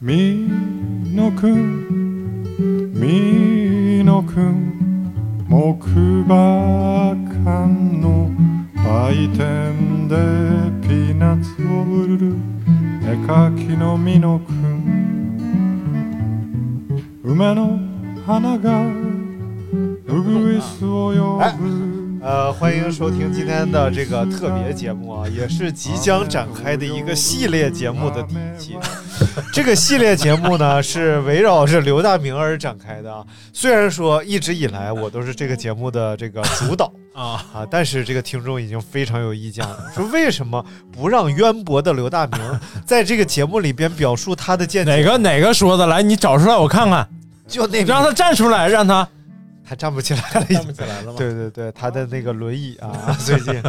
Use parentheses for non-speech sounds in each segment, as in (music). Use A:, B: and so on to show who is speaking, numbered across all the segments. A: みのくんみのくん木馬館の売店でピーナッツを売る絵描きのみのくん梅の花がうぐいすを呼ぶ
B: 呃，欢迎收听今天的这个特别节目啊，也是即将展开的一个系列节目的第一
C: (laughs)
B: 期。这个系列节目呢，是围绕着刘大明而展开的啊。虽然说一直以来我都是这个节目的这个主导
C: (laughs) 啊，
B: 啊，但是这个听众已经非常有意见了，说为什么不让渊博的刘大明在这个节目里边表述他的
C: (laughs)
B: 见解？
C: 哪个哪个说的？来，你找出来我看看，
B: 就那
C: 让
B: 他
C: 他站出来，让他
B: 他站不起来
C: (laughs)
B: 了，已经。
C: 起来了吗？
B: (laughs) 对对对，他的那个轮椅啊，最近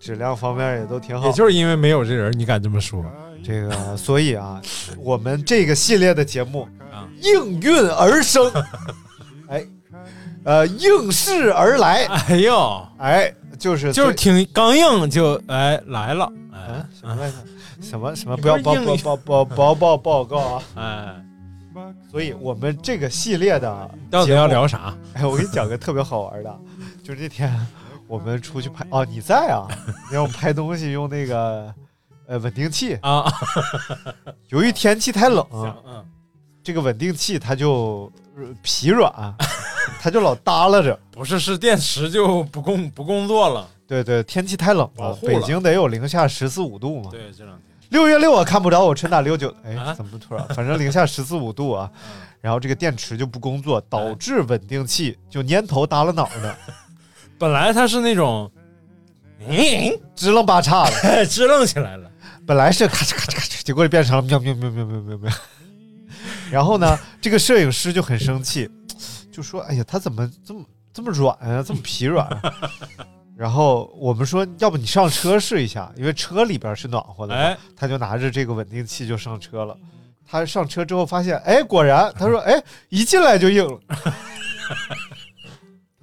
B: 质量方面也都挺好
C: 也。就是因为没有这人，你敢这么说？
B: 这个，所以啊，我们这个系列的节目
C: 啊
B: 应运而生，哎，呃，应势而来，
C: 哎呦，
B: 哎，就是
C: 就是
B: 最
C: 挺刚硬就哎来了，哎
B: 啊什么来着？什么什么？
C: 你
B: 不要
C: 不
B: 报
C: 是应
B: 报报报报报报告啊！
C: 哎，
B: 所以我们这个系列的
C: 到底
B: 节目
C: 要聊啥？
B: 哎，我给你讲个特别好玩的，就是那天我们出去拍哦，你在啊？你让我们拍东西用那个呃稳定器，
C: 啊，
B: 由于天气太冷，
C: 行，嗯，
B: 这个稳定器它就呃疲软， (laughs) 它就老耷拉着。
C: 不是，是电池就不工不工作了。
B: 对对，天气太冷
C: 保
B: 了，
C: 护了
B: 北京得有零下十四五度嘛。
C: 对，这两天
B: 六月六啊，看不着我春打六九，哎
C: 啊，嗯
B: 怎么突然？反正零下十四五度
C: (laughs)
B: 啊，然后这个电池就不工作，导致稳定器就蔫头耷拉脑的，
C: 本来它是那种，嗯，
B: 支棱八叉的。
C: (laughs) 支棱起来了，
B: 本来是咔嚓咔嚓咔嚓，结果就变成了喵喵喵喵喵喵喵。然后呢，这个摄影师就很生气，就说：“哎呀，他怎么这么这么软啊，这么疲软、啊？” (laughs) 然后我们说：“要不你上车试一下，因为车里边是暖和的。
C: 哎，
B: 他就拿着这个稳定器就上车了。他上车之后发现，哎，果然，他说：“哎，一进来就硬了。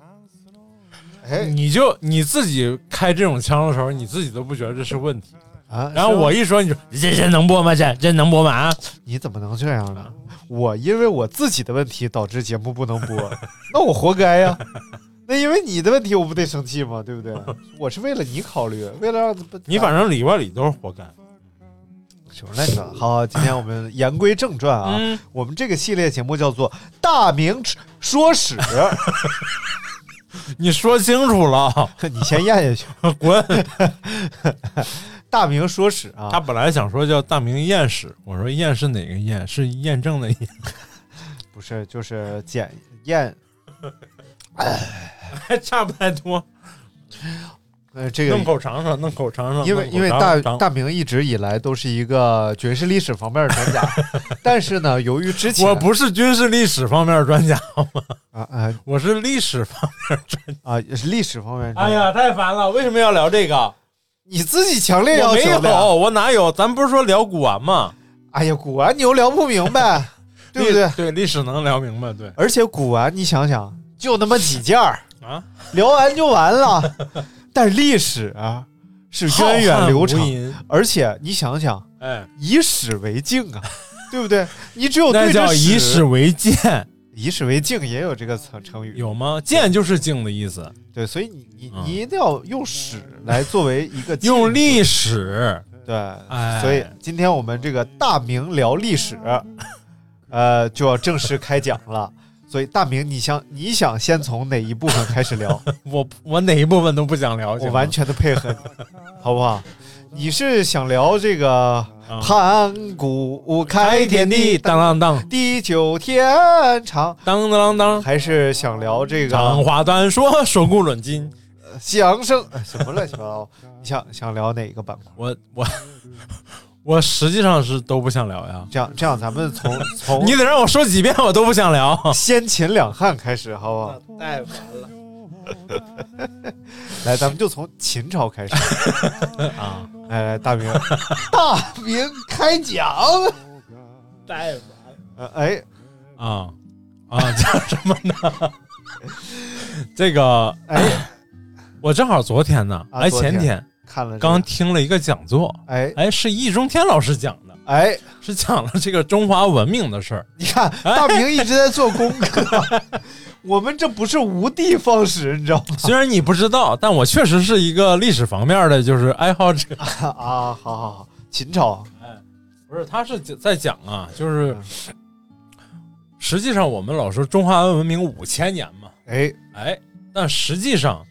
B: (laughs) 哎”
C: 你就你自己开这种枪的时候，你自己都不觉得这是问题。
B: 啊！
C: 然后我一说，你说这这能播吗？这这能播吗？哎啊，
B: 你怎么能这样呢？我因为我自己的问题导致节目不能播， (laughs) 那我活该呀、那因为你的问题，我不得生气吗？对不对？我是为了你考虑，为了让
C: 你反正里外里都是活该
B: 什么来着？好，今天我们言归正传啊，
C: 嗯
B: 我们这个系列节目叫做《大明说史》， (laughs)
C: 你说清楚了， (laughs)
B: 你先咽下去，
C: 滚！
B: 《大明说史》啊，
C: 他本来想说叫大明验史，我说验是哪个验？是验证的验。 (laughs)
B: 不是就是检验。
C: 差不太多。
B: 呃，这个
C: 弄口尝尝，弄口尝尝。
B: 因为
C: 弄口
B: 因为
C: 尝
B: 大
C: 尝
B: 大明一直以来都是一个军事历史方面的专
C: (laughs)
B: 家，但是呢，由于之前
C: 我不是军事历史方面专家， (laughs)
B: 啊啊
C: 我是历史方。
B: 啊，也是历史方面的专
C: 哎
B: 家。
C: 呀，太烦了！为什么要聊这个？
B: 你自己强烈
C: 哎我
B: 要
C: 没
B: 求的呀。
C: 有，我哪有？咱不是说聊古玩吗？
B: 哎呀，古玩你又聊不明
C: (laughs)
B: 白，对不对
C: 历？对，历史能聊明白，对
B: 而且古玩你想想，就那么几件儿，
C: 啊，
B: 聊完就完了。但是历史啊，是源远流长
C: 浩瀚无，垠。
B: 而且你想想，
C: 哎，
B: 以史为镜
C: (laughs)
B: 啊，对不对？你只有对
C: 那
B: 着
C: 叫以史为鉴，
B: 以史为镜，也有这个词成语。
C: 有吗？鉴就是镜的意思，
B: 对，所以你你
C: 嗯
B: 你一定要用史来作为一个记录
C: 用历史。
B: 对，
C: 哎嗯
B: 所以今天我们这个大明聊历史，呃，就要正式开讲
C: (laughs)
B: 了。所以大明，你想你想先从哪一部分开始
C: (laughs)
B: 聊？
C: 我我哪一部分都不想聊，
B: 我完全的配合你，好不好？你是想聊这个
C: 嗯
B: 盘古开
C: 开
B: 天
C: 天地，
B: 地
C: 当当当
B: 地久天长，
C: 当当当。
B: 还是想聊这
C: 长
B: 个啊
C: 话短说，说古论今。
B: 相声？哎什么乱七八糟？你想想聊哪个板块？
C: 我我
B: (laughs)
C: 我实际上是都不想聊呀。
B: 这样这样，咱们从
C: (laughs)
B: 从
C: 你得让我说几遍，我都不想聊。 (laughs)
B: 先秦两汉开始，好不好？
C: 太烦了
B: (laughs) 来，咱们就从秦朝开始。
C: (laughs) 啊！
B: 来来，大
C: (laughs)
B: 明，大明开讲。
C: 太烦
B: 呃哎，
C: 啊啊！叫什么呢？这个
B: 哎，
C: 我正好昨天呢，
B: 啊
C: 哎
B: 昨
C: 前
B: 天
C: 天
B: 看了这个
C: 刚听了一个讲座，
B: 哎
C: 哎是易中天老师讲的，
B: 哎，
C: 是讲了这个中华文明的事儿。
B: 你看
C: 哎
B: 大明一直在做功课， (laughs) 我们这不是无的放矢，你知道吗？
C: (laughs) 虽然你不知道，但我确实是一个历史方面的就是爱好者。
B: 啊，好好好，秦朝，
C: 不是，他是在讲啊，就是实际上我们老说中华文明五千年嘛，
B: 哎，
C: 哎，但实际上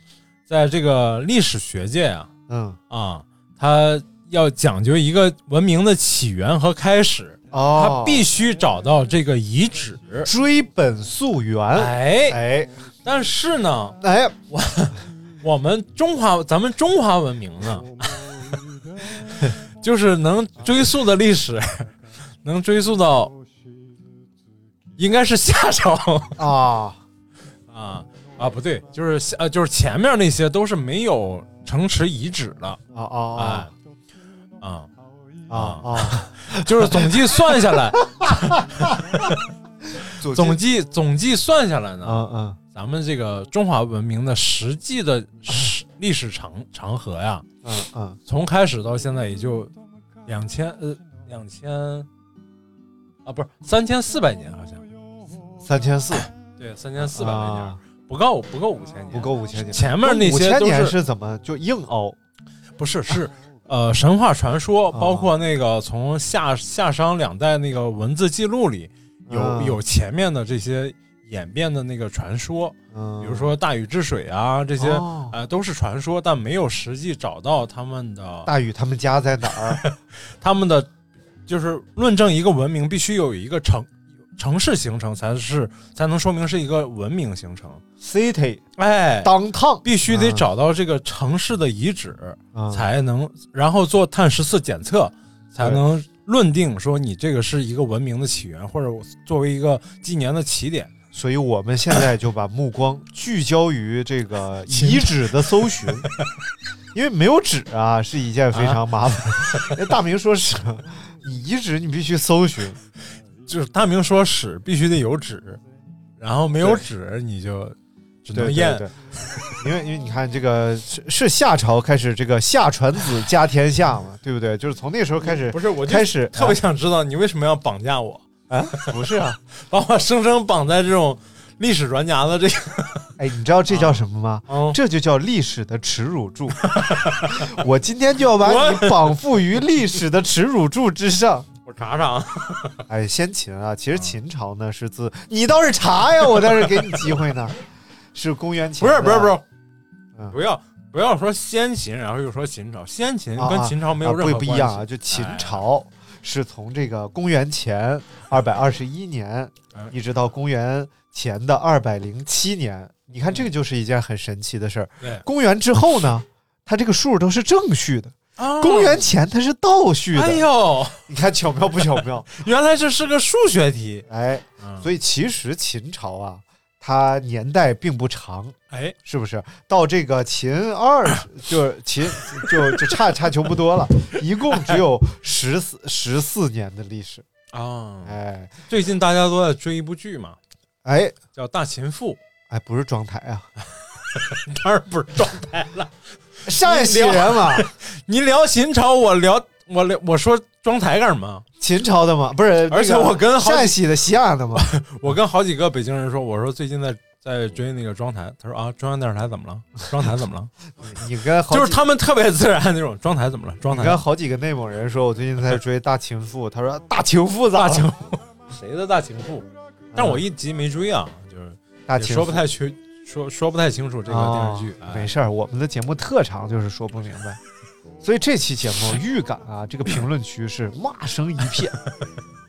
C: 在这个历史学界啊，
B: 嗯，
C: 啊，它要讲究一个文明的起源和开始，它
B: 哦，
C: 必须找到这个遗址。
B: 追本溯源，
C: 哎，
B: 哎
C: 但是呢，
B: 哎，
C: 我们中华，咱们中华文明呢， (laughs) 就是能追溯的历 (laughs) 史，能追溯到应该是夏 (laughs) 朝
B: 啊，
C: 啊啊，不对，就是夏呃，就是前面那些都是没有城池遗址的，
B: 啊
C: 哎
B: 啊
C: 啊，
B: 啊啊！
C: 就是总计算下来，
B: 总
C: (laughs) 总计总计算下来呢，
B: 嗯嗯
C: 咱们这个中华文明的实际的史历史长长河呀，
B: 嗯嗯，
C: 从开始到现在也就两千呃两千啊，不是三千四百年，好像
B: 三千四，
C: 对，三千四百
B: 啊
C: 年、不够不够五千年，
B: 不够五千年，
C: 前面那
B: 五
C: 些
B: 千
C: 都
B: 年
C: 是哦
B: 是怎么就硬凹？
C: 不是是呃神话传说，
B: 啊
C: 包括那个从夏夏商两代那个文字记录里有、
B: 嗯
C: 有前面的这些演变的那个传说，
B: 嗯，
C: 比如说大禹治水啊这些。
B: 哦
C: 呃，都是传说，但没有实际找到他们的
B: 大禹他们家在哪
C: (laughs)
B: 儿？
C: 他们的，就是论证一个文明必须有一个城城市形成，才是才能说明是一个文明形成。
B: City
C: 哎，
B: downtown
C: 必须得
B: 嗯
C: 找到这个城市的遗址，
B: 嗯
C: 才能然后做碳十四检测，才能论定说你这个是一个文明的起源，或者作为一个纪年的起点。
B: 所以我们现在就把目光聚焦于这
C: (laughs)
B: 个
C: 秦
B: 遗址的搜
C: (laughs)
B: 寻，因为没有纸啊是一件非常麻烦。
C: (laughs)
B: 那大明说是你遗址你必须搜寻，
C: 就是大明说史必须得有纸，然后没有
B: 对
C: 纸你就只
B: 对
C: 能
B: 对
C: 验
B: 对， (laughs) 因为因为你看这个是是夏朝开始这个夏传子家天下嘛，对不对？就是从那时候开始
C: 不是，我就
B: 开始
C: 特别想知道你为什么要绑架我，
B: 啊啊不是啊，
C: (laughs) 把我生生绑在这种历史专家的这个。
B: 哎，你知道这叫什么吗？
C: 嗯，
B: 这就叫历史的耻辱柱。 (laughs) 我今天就要把你绑缚于历史的耻辱柱之上。
C: 我查
B: (laughs)
C: 查啊。
B: 哎，先秦啊，其实秦朝呢是自你倒是查呀，我倒是给你机会呢，是公元前
C: 不是不是不是，
B: 嗯
C: 不要不要说先秦，然后又说秦朝，先秦
B: 啊
C: 跟秦朝没有任何
B: 啊、不
C: 关
B: 不
C: 系。哎
B: 一样啊，就秦朝是从这个公元前二百二十一年
C: 哎
B: 一直到公元前的二百零七年，你看这个就是一件很神奇的事儿。
C: 对，
B: 公元之后呢，它这个数都是正序的，
C: 啊
B: 公元前它是倒序的。
C: 哎呦，
B: 你看巧妙不巧妙？ (laughs)
C: 原来这是个数学题。嗯
B: 哎，所
C: 以
B: 以其实秦朝啊，它年代并不长，
C: 哎，
B: 是不是？到这个秦二就是秦就就差差球不多了，一共只有十四十四年的历史。
C: 啊，
B: 哎
C: 最近大家都在追一部剧嘛，
B: 哎
C: 叫《大秦赋》， (laughs)
B: 哎，不是装台啊，
C: 当然不是状态了。
B: 陕西人嘛，
C: 你聊秦朝，我聊我聊我说装台干什么？
B: 秦朝的嘛，不是。
C: 而且
B: 那个
C: 我跟好几
B: 陕西的西安
C: (laughs)
B: 的嘛，
C: 我跟好几个北京人说，我说最近在在追那个妆台，他说啊，中央电视台怎么了？妆台怎么了？
B: 你你跟好几
C: 就是他们特别自然那种，妆台怎么了？妆
B: 你跟
C: 台
B: 好几个内蒙人说，我最近在追《大秦赋》，他说《大秦赋》咋
C: 大
B: 了
C: 情妇，谁的大情妇？但我一集没追啊，就是
B: 大
C: 也
B: 秦
C: 说
B: 赋
C: 不太清，说说不太清楚这个电视剧。
B: 哦
C: 哎
B: 没事儿，我们的节目特长就是说不明白， (laughs) 所以这期节目预感啊，这个评论区是骂声一 (laughs) 片，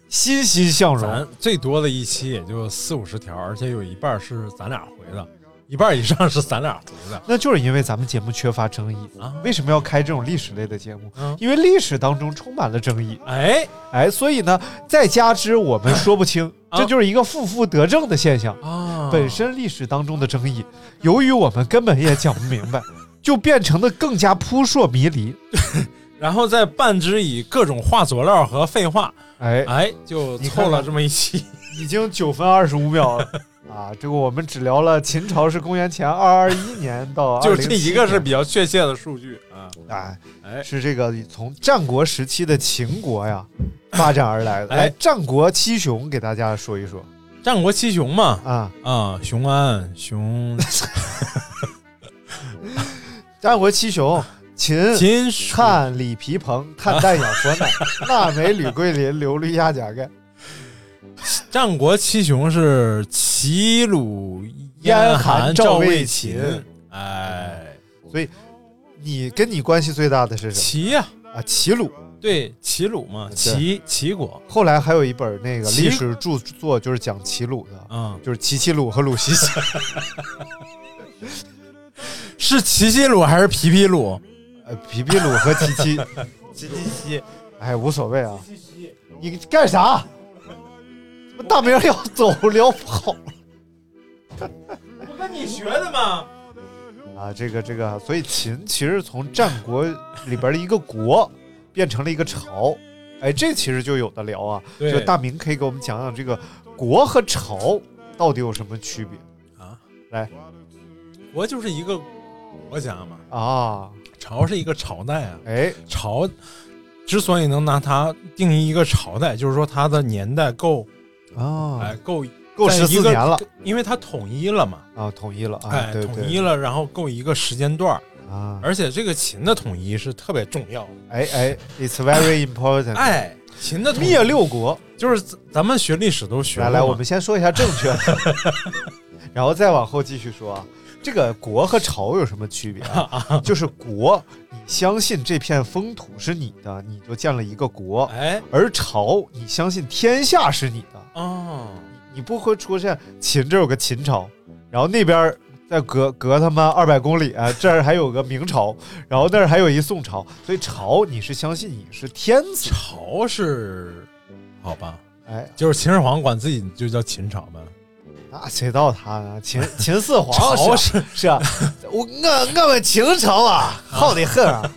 B: 欣欣向荣。
C: 咱最多的一期也就四五十条，而且有一半是咱俩回的，一半以上是咱俩回的。
B: 那就是因为咱们节目缺乏争议
C: 啊
B: 为什么要开这种历史类的节目
C: 嗯？
B: 因为历史当中充满了争议，
C: 哎
B: 哎，所以呢，再加之我们说不 (laughs) 清，
C: 啊
B: 这就是一个负负得正的现象。
C: 啊，
B: 本身历史当中的争议，由于我们根本也讲不明白，就变成的更加扑朔迷离。
C: 然后再半之以各种话佐料和废话，
B: 哎，
C: 哎，就
B: 你看
C: 凑了
B: 看
C: 这么一期。 (laughs)
B: 已经九分二十五秒了，啊，这个我们只聊了秦朝是公元前二二一年到
C: (laughs) 就
B: 2007
C: 这一个是
B: 年
C: 比较确切的数据啊。
B: 啊，
C: 哎，
B: 是这个从战国时期的秦国
C: (laughs)
B: 呀发展而来的。
C: 哎
B: 来，战国七雄给大家说一说
C: 战国七雄嘛，
B: 啊。
C: 啊，雄安、
B: (laughs)
C: 雄
B: 战国七雄：秦、
C: 秦、蜀
B: 汉、李、皮、
C: (laughs)
B: 彭、郯、旦、仰、索、奶、纳、美、吕、桂林、刘、绿、亚、甲盖、
C: 战国七雄是齐、鲁、
B: 燕
C: 燕、
B: 韩
C: 韩、
B: 赵
C: 赵、
B: 魏
C: 魏、
B: 秦
C: 秦。哎，
B: 你跟你关系最大的是谁
C: 齐呀、
B: 啊？齐鲁。
C: 对，齐鲁嘛，
B: 对
C: 齐齐国。
B: 后来还有一本那个
C: 齐
B: 历史著作，就是讲齐鲁的，
C: 嗯，
B: 就是齐齐鲁和鲁西西。
C: 是齐齐鲁还是皮皮鲁？
B: 呃，皮皮鲁和齐齐，
C: 齐齐西，
B: 哎，无所谓啊。你干啥？怎么大明儿要走聊跑
C: 不跟你学的吗？
B: 啊？这个这个，所以秦其实从战国里边的一个国变成了一个朝，哎，这其实就有的聊啊。
C: 对
B: 就大明可以给我们讲讲这个国和朝到底有什么区别
C: 啊，
B: 来，
C: 国就是一个国家嘛，
B: 啊？
C: 朝是一个朝代啊，
B: 哎，
C: 朝之所以能拿它定义一个朝代，就是说它的年代够，哎，
B: 啊，
C: 够
B: 够
C: 在
B: 十
C: 一
B: 四
C: 个
B: 年了，
C: 因为它统一了嘛，
B: 啊，统一了啊，
C: 哎，
B: 对
C: 统一
B: 对
C: 了，然后够一个时间段儿，
B: 啊，
C: 而且这个秦的统一是特别重要的，
B: 哎哎，it's very important，
C: 哎，秦的统一
B: 灭六国。
C: 就是咱咱们学历史都学
B: 来
C: 过
B: 来，我
C: 嘛
B: 们先说一下正确的，然后再往后继续说啊。这个国和朝有什么区别啊？就是国，你相信这片风土是你的，你就建了一个国；
C: 哎
B: 而朝，你相信天下是你的，
C: 哦，
B: 你不会出现秦这儿有个秦朝，然后那边儿再隔隔他妈二百公里啊，这儿还有个明朝，然后那儿还有一宋朝，所以朝你是相信你是天子，
C: 朝是好吧，
B: 哎，
C: 就是秦始皇管自己就叫秦朝呗，
B: 那谁到他呢？
C: (laughs)
B: 秦秦始皇
C: 朝
B: 是
C: 是
B: 是啊，我我我们秦朝啊，好的很啊，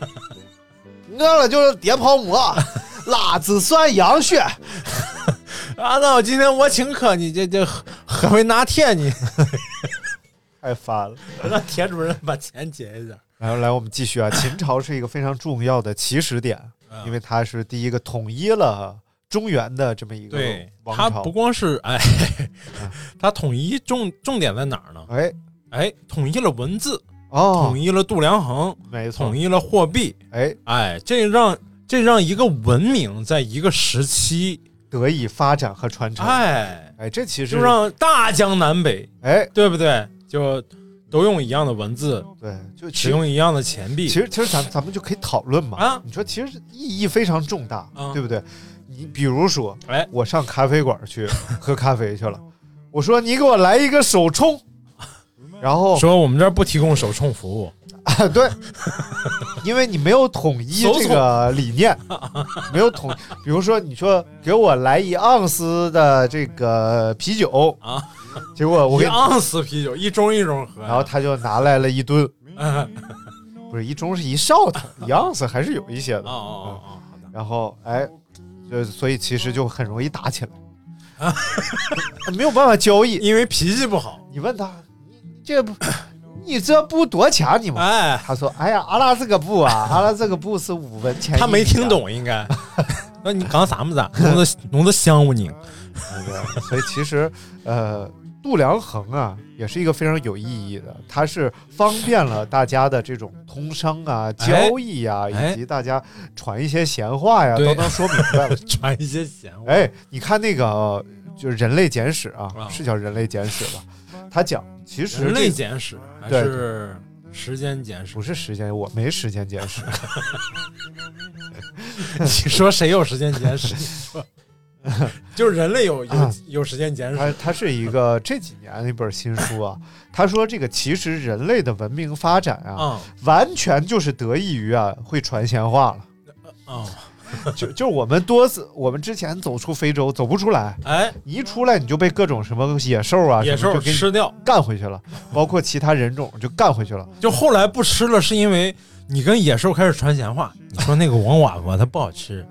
B: 我了就是叠泡馍，辣子涮羊血，
C: 啊，那我今天我请客，你这这何何为拿铁你？ (laughs)
B: 太烦了。
C: 让田主任把钱结一下。
B: 来来，我们继续啊。秦朝是一个非常重要的起始点，
C: 嗯
B: 因为它是第一个统一了中原的这么一个
C: 对
B: 王
C: 他
B: 朝。啊
C: 不光是哎，他统一重重点在哪儿呢？
B: 哎
C: 哎，统一了文字，
B: 哦
C: 统，一了度量衡，
B: 没错
C: 统，一了货币，
B: 哎，
C: 哎，这让这让一个文明在一个时期，
B: 得以发展和传承。
C: 哎，
B: 哎，这其实
C: 就让大江南北，
B: 哎
C: 对不对？就都用一样的文字，
B: 对，就其
C: 使用一样的钱币
B: 其，实其实咱咱们就可以讨论嘛。
C: 啊
B: 你说其实意义非常重大，
C: 嗯
B: 对不对？你比如说，
C: 哎
B: 我上咖啡馆去喝咖啡去了，我说你给我来一个手冲，然后
C: 说我们这儿不提供手冲服务，
B: 啊对，因为你没有统一
C: 手
B: 这个理念，没有统，比如说你说给我来一盎司的这个啤酒
C: 啊，
B: 结果我
C: 一
B: 给你，
C: 盎司啤酒一盅一盅喝，
B: 然后他就拿来了一吨，
C: 啊
B: 不是一盅是一哨子，一盎司还是有一些的
C: (laughs) 哦哦哦，好的，
B: 然后哎，就所以其实就很容易打起来，
C: 啊
B: 没有办法交易。
C: 因为脾气不好，
B: 你问他，你这不，你这布多少钱你吗？
C: 哎，
B: 他说：“哎呀，阿拉这个布啊，阿拉这个布是五文钱。”啊
C: 他没听，懂应该。 (laughs) 那你讲啥么子？啊？
B: (laughs)
C: 弄得弄得香不你？ (laughs)
B: 对所以其实呃，度量衡啊，也是一个非常有意义的，它是方便了大家的这种通商啊、交易啊，
C: 哎
B: 以及大家传一些闲话呀，
C: 对
B: 都能说明白了。
C: 传一些闲话。
B: 哎，你看那个呃就是《人类简史》啊，
C: 啊
B: 是叫《人类简史》吧？他讲，其实
C: 人
B: 这
C: 类
B: 个
C: 简史还
B: 对
C: 是时间简史
B: 不？是时间，我没时间简
C: (laughs)
B: 史。
C: 你说谁有时间简史？你说，就是人类有有
B: 啊
C: 有时间简史
B: 他他是一个这几年的一本新书啊。他说这个其实人类的文明发展啊，
C: 啊
B: 完全就是得益于啊会传闲话了。
C: 啊！
B: 就就是我们多次，我们之前走出非洲走不出来，
C: 哎，
B: 你一出来你就被各种什么野兽啊，
C: 野
B: 什么
C: 兽
B: 就给你
C: 吃掉，
B: 干回去了，包括其他人种就干回去了。
C: 就后来不吃了，是因为你跟野兽开始传闲话，你说那个王娃娃它不好吃，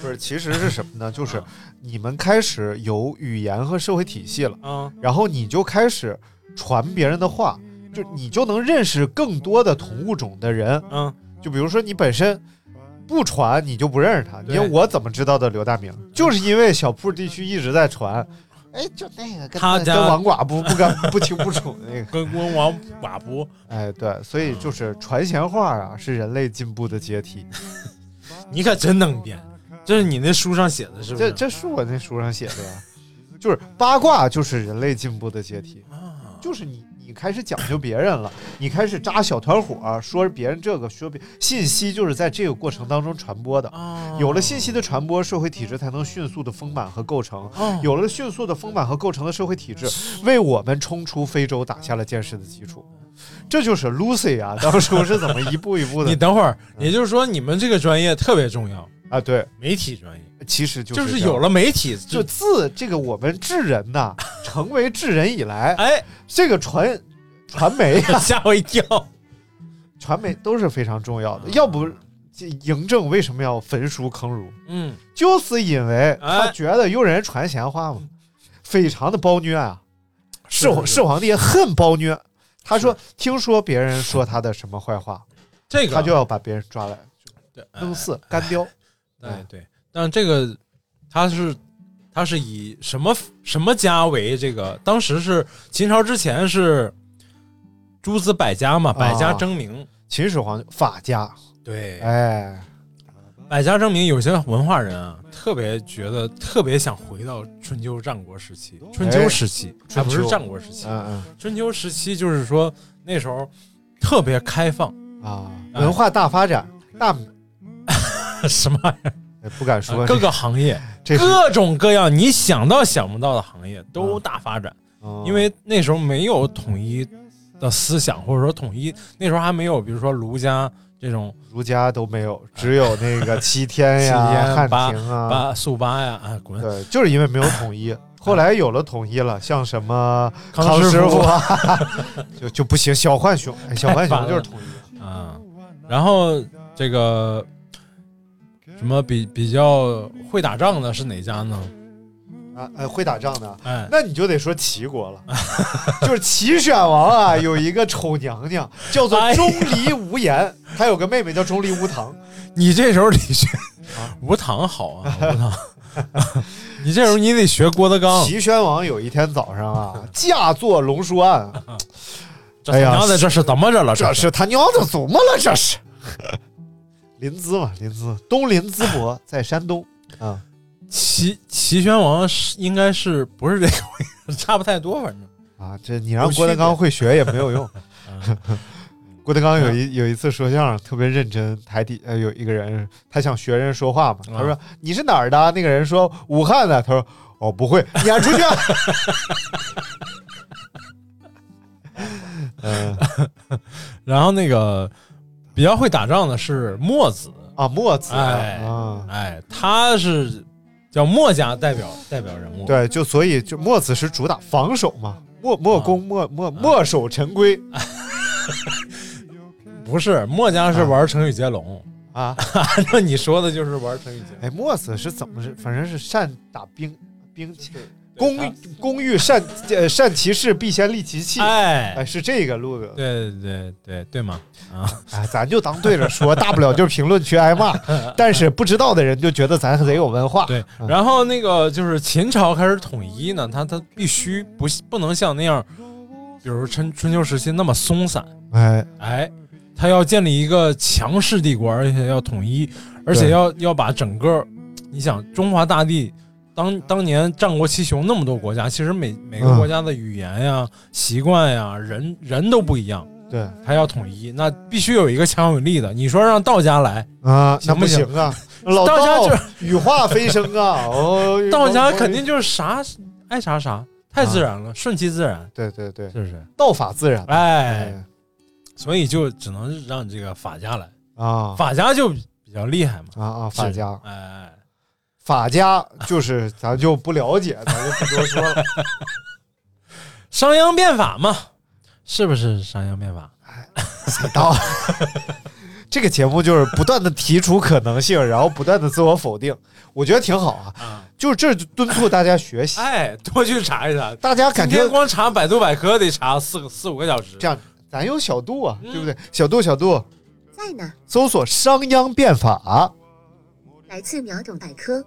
B: 不是，其实是什么 (laughs) 呢？就是你们开始有语言和社会体系了，
C: 嗯，
B: 然后你就开始传别人的话，就你就能认识更多的同物种的人。
C: 嗯，
B: 就比如说你本身不传，你就不认识他。你
C: 对
B: 看我怎么知道的刘大明？就是因为小铺地区一直在传。嗯哎，就那个跟
C: 他家
B: 跟王寡不不 (laughs) 跟不清不楚那个，
C: 跟跟王寡不，
B: 哎，对，所以就是传闲话啊，是人类进步的阶梯。
C: 你可真能编，这是你那书上写的，是不
B: 这
C: 是？
B: 这是我那书上写的呀，就是八卦就是人类进步的阶梯，
C: 啊
B: 就是你你开始讲究别人了，你开始扎小团伙儿，说别人这个说别信息就是在这个过程当中传播的。
C: 啊
B: 有了信息的传播，社会体制才能迅速的丰满和构成。
C: 哦
B: 有了迅速的丰满和构成的社会体制，为我们冲出非洲打下了坚实的基础。
C: 哦
B: 这就是 Lucy 啊，当初是怎么一步一步
C: 你
B: 的
C: 等会儿，也就是说你们这个专业特别重要，
B: 啊？对，
C: 媒体专业
B: 其实就是这样
C: 有了媒体
B: 就
C: 就
B: 自这个我们智人
C: (laughs)
B: 呐、成为智人以来，
C: 哎
B: 这个传传媒、
C: 吓我一跳，
B: 传媒都是非常重要的。
C: 嗯
B: 要不，这嬴政为什么要焚书坑儒？
C: 嗯，
B: 就是因为他
C: 哎
B: 觉得有人传闲话嘛，非常的暴虐啊。世
C: 是是
B: 皇世皇帝恨暴虐，他说
C: 是
B: 听说别人说他的什么坏话，
C: 这个
B: 他就要把别人抓来
C: 对哎
B: 弄死干掉。
C: 对对，但这个他是他是以什么什么家为这个？当时是秦朝之前是诸子百家嘛，百
B: 啊
C: 家争鸣。
B: 秦始皇法家，
C: 对，
B: 哎，
C: 百家争鸣，有些文化人啊，特别觉得特别想回到春秋战国时期，春秋时期、还不
B: 哎春
C: 是
B: 秋
C: 战国时期，
B: 嗯
C: 春秋时期就是说那时候特别开放， (laughs)
B: 嗯啊，
C: 哎
B: 文化大发展，大
C: 什么玩意
B: 哎不敢
C: 儿
B: 说
C: 各个行业、
B: 这是
C: 各种各样你想到想不到的行业都大发展。
B: 嗯
C: 因为那时候没有统一的思想，或者说统一那时候还没有，比如说儒家这种
B: 儒家都没有，只有那
C: (laughs)
B: 个七天呀、
C: 哎七天
B: 汉
C: 八
B: 庭啊，
C: 八速八呀啊滚
B: 对，就是因为没有统一。后来有了统一了，像什么康
C: 哎康师
B: 傅
C: 傅
B: 啊， (laughs) 就就不行。小浣
C: (laughs)
B: 熊，哎小浣
C: 太
B: 熊
C: 烦
B: 就
C: 了
B: 是统一。
C: 啊，然后这个什么比比较会打仗的是哪家呢？
B: 啊，呃，会打仗的，
C: 哎，
B: 那你就得说齐国了。就是齐宣王
C: (laughs)
B: 啊，有一个丑娘娘叫做
C: 哎呀
B: 钟离无言，她有个妹妹叫钟离无糖。
C: 你这时候得学 (laughs)
B: 啊
C: 吴唐好啊，吴唐， (laughs) 你这时候你得学郭德纲，
B: 齐宣王有一天早上
C: (laughs)
B: 啊，驾坐龙书案，
C: 这
B: 哎
C: 他
B: 呀
C: 娘的这是怎么着了？
B: 啊这
C: 是
B: 是他娘的祖母了，这是。临淄嘛，临淄，东临淄博，在山东啊。
C: 齐齐宣王是应该是不是这个回事？ (laughs) 差不太多，反正
B: 啊，这你让郭德纲会学也没有用。郭德纲有一有一次说相声特别认真，台底呃有一个人他想学人说话嘛，他说、你是哪儿的？那个人说武汉的，他说哦不会，撵出 (laughs) 去。嗯
C: 然后那个比较会打仗的是墨子，
B: 啊，墨子啊
C: 哎
B: 啊，
C: 哎，他是叫墨家
B: (laughs)
C: 代表代表人物。，
B: 对，就所以就墨子是主打防守嘛，墨墨攻墨墨墨守成规
C: 不是墨家是玩成语接龙， (laughs)
B: 啊。
C: 按照你说的就是玩成语接龙。
B: 哎，墨子是怎么是？反正是善打兵兵器，
C: 对
B: 工工欲善呃善其事，必先利其器。哎，
C: 哎，
B: 是这个路子，
C: 对对对对对嘛啊！
B: 哎，咱就当对着说，大不了就是评论区挨
C: (laughs)
B: 骂，但是不知道的人就觉得咱贼有文化。
C: 嗯对
B: 嗯，
C: 然后那个就是秦朝开始统一呢，他他必须不不能像那样，比如春春秋时期那么松散，
B: 哎，
C: 哎，他要建立一个强势帝国，而且要统一，而且
B: 对
C: 要要把整个，你想中华大地，当当年战国七雄那么多国家，其实每每个
B: 嗯
C: 国家的语言呀、习惯呀、人人都不一样，
B: 对
C: 他要统一，那必须有一个强有力的。你说让道家来，
B: 啊，那
C: 行
B: 不
C: 不
B: 行
C: 行
B: 啊，老
C: 道家
B: 道
C: 就
B: 羽化飞升啊，哦，
C: (laughs) 道家
B: 羽化
C: 肯定就是啥爱啥啥，太自然了，顺其自然，
B: 对对对，
C: 啊是不是？
B: 道法自然。
C: 哎，所以就只能让这个法家来，
B: 啊
C: 法家就比较厉害
B: 啊
C: 嘛，
B: 啊，法
C: 是
B: 家，
C: 哎哎。
B: 法家就是咱就不了解，咱就不多说了。
C: 商鞅变法嘛，是不是商鞅变法？
B: 死刀。 (laughs) 这个节目就是不断的提出可能性，然后不断的自我否定，我觉得挺好啊。
C: 啊，
B: 就是这就敦促大家学习，
C: 哎，多去查一查。
B: 大家感
C: 今
B: 觉
C: 天光查百度百科得查四个四五个小时。
B: 这样，咱有小度啊，
C: 嗯
B: 对不对？小度，小度，
D: 在呢，
B: 搜索商鞅变法，
D: 来自秒懂百科。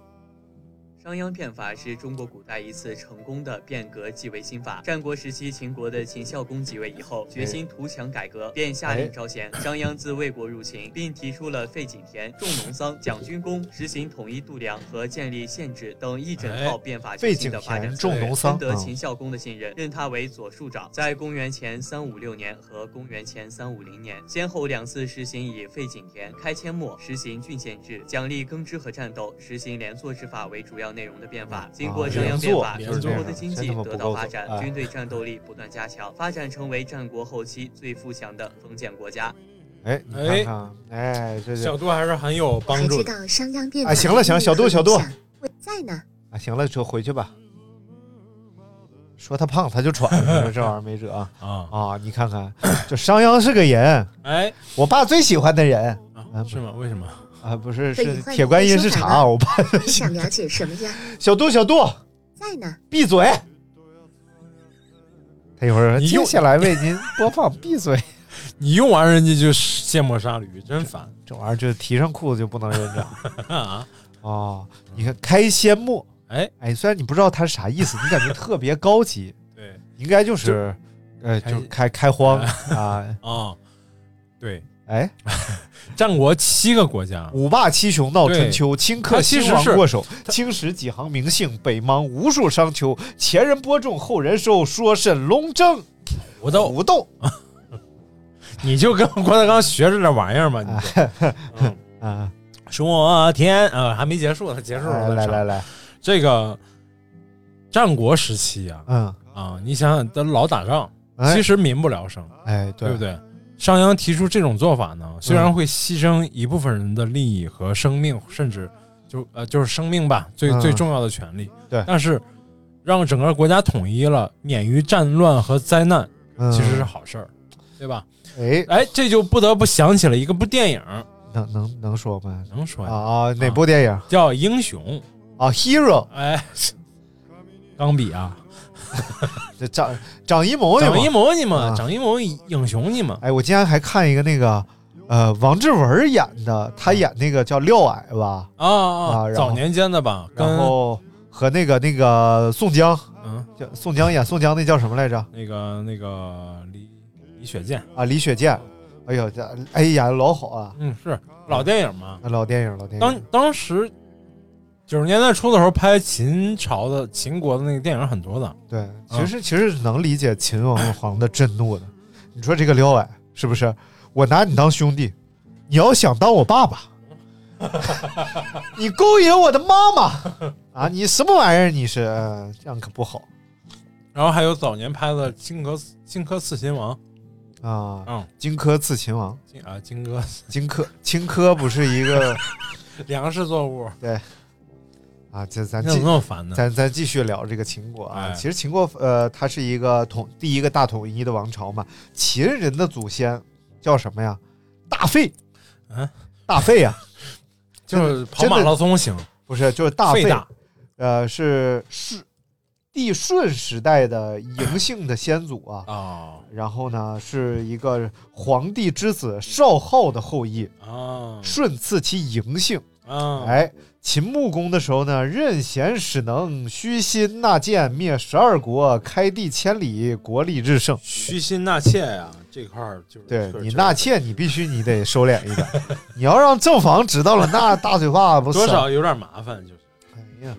E: 商鞅变法是中国古代一次成功的变革即为新法。战国时期，秦国的秦孝公即位以后，决心图强改革，便下
B: 哎
E: 令招贤。商鞅自魏国入秦，并提出了废井田、种农桑、奖军功、实行统一度量和建立县制等一整套变法
B: 哎废井
E: 全新的发展
B: 田
E: 策
B: 种
E: 略。
B: 农桑
E: 深得
B: 啊
E: 秦孝公的信任，任他为左庶长。在公元前三五六年和公元前三五零年，先后两次实行以废井田、开阡陌、实行郡县制、奖励耕织和战斗、实行连坐制法为主要内容的变法。经过商鞅变法，
C: 连坐
E: 中国
C: 连
E: 的
B: 坐
E: 经
B: 真
E: 济
B: 他妈
E: 得
B: 不
E: 到
B: 够
E: 发
B: 走
E: 展，
B: 哎
E: 军队战斗力不断加强，发展成为战国后期最富强的封建国家。
B: 哎，你看看，哎，这是
C: 小度还是很有
D: 我
C: 帮
D: 还
C: 助的。
D: 知道商鞅变法。
B: 哎行了行了小度小度。
D: 我
B: (laughs)
D: 在呢，
B: 啊，行了，就回去吧。说他胖他就喘，你说这玩意儿没辙啊！
C: 啊，
B: 啊，你看看，这商鞅是个人，
C: 哎，
B: 我爸最喜欢的人
C: 啊是吗？为什么？
B: 啊，不是
D: 对
B: 是
D: 你换
B: 铁观音是茶，我爸
D: 你想了解什么呀？
B: 小度小度
D: 在呢，
B: 闭嘴。他一会儿说
C: 你又
B: 接下来为您播放闭嘴， (laughs)
C: 你用完人家就卸磨杀驴，真烦
B: 这玩意儿就提上裤子就不能扔着
C: (laughs) 啊！
B: 哦。你看开先墨，
C: 哎
B: 哎，虽然你不知道它是啥意思，你感觉特别高级，
C: 对
B: 应该就是呃，
C: 开
B: 就开开
C: (laughs)
B: 荒啊，
C: 啊，对，
B: 哎。
C: 战国七个国家，
B: 五霸七雄闹春秋，顷刻
C: 他其实
B: 兴亡
C: 是
B: 过手。青史几行名姓，北邙无数商丘。前人播种，后人收，说甚龙争
C: 我都
B: 虎斗
C: 你就跟郭德纲学着这玩意儿嘛，你
B: 哎
C: 就。嗯
B: (laughs) 啊！
C: 说天啊，还没结束呢，结束
B: 来
C: 了。
B: 来来，来，
C: 这个战国时期啊
B: 嗯，
C: 啊，你想想，咱老打仗，
B: 哎
C: 其实民不聊生，
B: 哎，
C: 对不
B: 对？
C: 对？商鞅提出这种做法呢，
B: 嗯
C: 虽然会牺牲一部分人的利益和生命，甚至就呃就是生命吧，最、
B: 嗯
C: 最重要的权利，
B: 对
C: 但是让整个国家统一了，免于战乱和灾难，
B: 嗯
C: 其实是好事儿，对吧？
B: 哎，
C: 哎，这就不得不想起了一个部电影，
B: 能能能说吗？
C: 能说呀，
B: 啊啊，哪部电影
C: 叫《英雄》。
B: 啊？Hero，
C: 哎，钢笔啊，
B: 这张张艺谋
C: 张艺
B: 对吗？
C: 谋你们，
B: 哎啊
C: 张艺谋英雄你们，
B: 哎，我今天还看一个那个，呃，王志文演的，
C: 嗯
B: 他演那个叫廖霭吧，
C: 啊啊
B: 啊
C: 啊，
B: 然后
C: 早年间的吧，跟
B: 然后和那个那个宋江，
C: 嗯
B: 叫宋江演宋江那叫什么来着？
C: 那个那个李李雪健，
B: 啊，李雪健，哎呦，这哎呀，老好啊，
C: 嗯，是老电影嘛。
B: 那老电影，老电
C: 当
B: 影，
C: 当时九十年代初的时候，拍秦朝的秦国的那个电影很多的，
B: 对，其实其实能理解秦王皇的震怒的。你说这个廖伟是不是？我拿你当兄弟，你要想当我爸爸，你勾引我的妈妈啊！你什么玩意儿？你是、呃这样可不好
C: 然后还有早年拍的《荆轲荆轲刺秦王》，
B: 啊！
C: 嗯，
B: 荆轲刺秦王，
C: 荆啊荆 (laughs) 轲
B: 荆轲 (laughs) 荆轲不是一个
C: 粮食作物，
B: 啊？这咱
C: 你怎么
B: 继
C: 那么烦呢？
B: 咱咱继续聊这个秦国啊。
C: 嗯哎
B: 其实秦国呃，它是一个统第一个大统一的王朝嘛。秦人的祖先叫什么呀？大费，
C: 嗯，
B: (laughs) 大费呀、
C: 就是跑马拉松行，
B: 不是，就是大
C: 费
B: 费，
C: 大
B: 呃，是是帝舜时代的嬴姓的先祖啊。
C: 啊
B: 然后呢，是一个皇帝之子少昊的后裔，
C: 啊
B: 舜赐其嬴姓。
C: 啊！
B: 哎，秦穆公的时候呢，任贤使能，虚心纳谏，灭十二国，开地千里，国力日盛。
C: 虚心纳妾呀、这块儿就是
B: 对
C: 就是
B: 你纳妾，你必须你得收敛一点，你要让正房知道了，那大嘴巴不
C: 多
B: 散
C: 少有点麻烦，就是
B: 哎呀，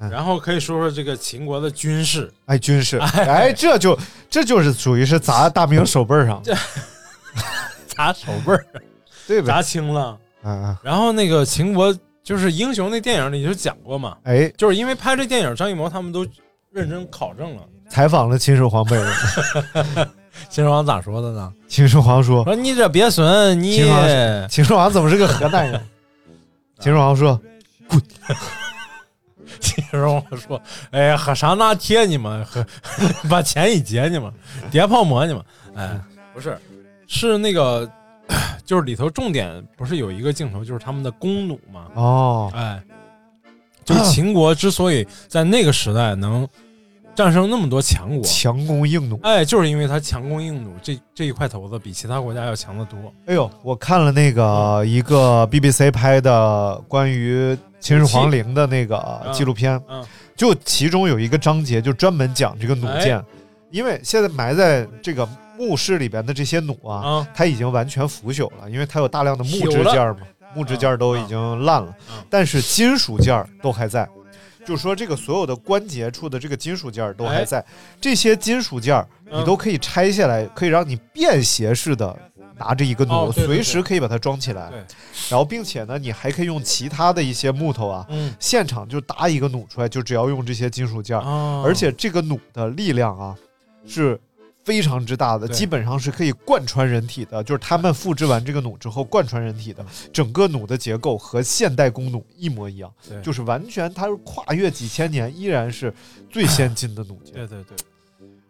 C: 嗯。然后可以说说这个秦国的军事，
B: 哎，军事，哎，这就这就是属于是砸大明手背儿上，
C: 砸手背儿，
B: (laughs) 对呗？
C: 砸青了。
B: 嗯，嗯
C: 然后那个秦国就是英雄那电影里就讲过嘛，
B: 哎，
C: 就是因为拍这电影，张艺谋他们都认真考证了。
B: 采访了秦始皇本人， (laughs)
C: 秦始皇咋说的呢？
B: 秦始皇说，
C: (laughs) 说你这别损，你
B: 秦始皇秦始皇怎么是个河南
C: (laughs)
B: 人？秦始皇说，
C: 秦始皇说，哎呀， (laughs) 喝啥拿铁你们，喝把钱一结你们，叠泡馍你们，哎，不是，是那个， (clears throat) 就是里头重点不是有一个镜头，就是他们的弓弩嘛？
B: 哦，
C: 哎，就是秦国之所以在那个时代能战胜那么多强国，
B: 强弓硬弩。
C: 哎，就是因为他强弓硬弩这这一块头子比其他国家要强得多。
B: 哎呦，我看了那个
C: 嗯
B: 一个 BBC 拍的关于秦始皇陵的那个纪录片，
C: 嗯，
B: 就其中有一个章节就专门讲这个弩
C: 哎
B: 箭，因为现在埋在这个墓室里边的这些弩啊，
C: 啊，
B: 它已经完全腐朽了，因为它有大量的木质
C: 朽了
B: 件儿嘛，木质件儿都已经烂了，
C: 嗯嗯
B: 但是金属件儿都还在。就是说，这个所有的关节处的这个金属件儿都
C: 哎
B: 还在，这些金属件儿你
C: 嗯
B: 都可以拆下来，可以让你便携式的拿着一个弩，
C: 哦对对
B: 随时可以把它装起来
C: 对。
B: 然后，并且呢，你还可以用其他的一些木头啊，
C: 嗯
B: 现场就搭一个弩出来，就只要用这些金属件儿。
C: 啊，
B: 而且这个弩的力量啊是非常之大的，
C: 对
B: 基本上是可以贯穿人体的。就是他们复制完这个弩之后，贯穿人体的
C: 嗯
B: 整个弩的结构和现代弓弩一模一样
C: 对，
B: 就是完全它是跨越几千年，依然是最先进的弩箭。
C: 对对对，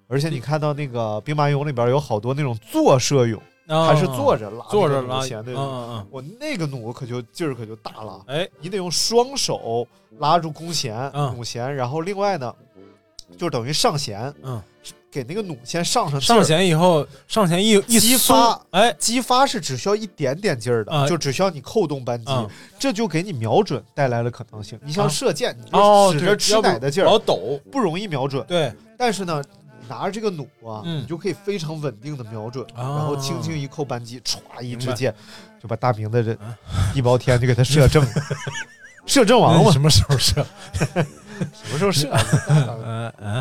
B: 而且你看到那个兵马俑里边有好多那种坐射俑，
C: 啊
B: 还是坐着拉
C: 坐着
B: 拉
C: 拉，
B: 弦
C: 嗯
B: 的。
C: 嗯
B: 我那个弩可就劲儿可就大了，
C: 嗯，哎，
B: 你得用双手拉住弓弦、
C: 嗯
B: 弩弦，然后另外呢，就等于上弦，
C: 嗯，
B: 给那个弩先上上劲儿
C: 上，弦以后，上弦一一
B: 激
C: 松
B: 发，
C: 哎，
B: 激发是只需要一点点劲儿的，
C: 啊
B: 就只需要你扣动扳机，
C: 啊
B: 这就给你瞄准带来了可能性。你像
C: 啊
B: 射箭，你就
C: 哦，
B: 使
C: 对
B: 着吃
C: 要不
B: 奶的劲儿，
C: 老抖，
B: 不容易瞄准，
C: 对，
B: 但是呢。拿着这个弩啊，
C: 嗯
B: 你就可以非常稳定的瞄准，
C: 啊
B: 然后轻轻一扣扳机，歘一
C: 明
B: 支
C: 白
B: 箭，就把大明的这 (laughs)
C: 啊
B: 地包天就给他射
C: (laughs)
B: 正了，射正王嘛啊
C: 那，什么时候
B: (laughs)
C: 射？
B: 什 (laughs) 么时候射？
C: (laughs) 嗯嗯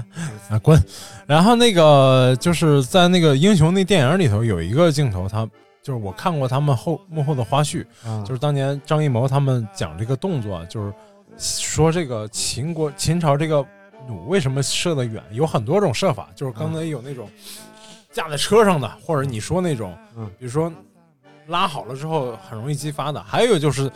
C: 啊，滚！然后那个就是在那个英雄那电影里头有一个镜头，他就是我看过他们后幕后的花絮，
B: 啊
C: 就是当年张艺谋他们讲这个动作，啊就是说这个秦国秦朝这个弩为什么射得远，有很多种射法，就是
B: 嗯
C: 刚才有那种架在车上的，或者你说那种，
B: 嗯
C: 比如说拉好了之后很容易激发的，还有就是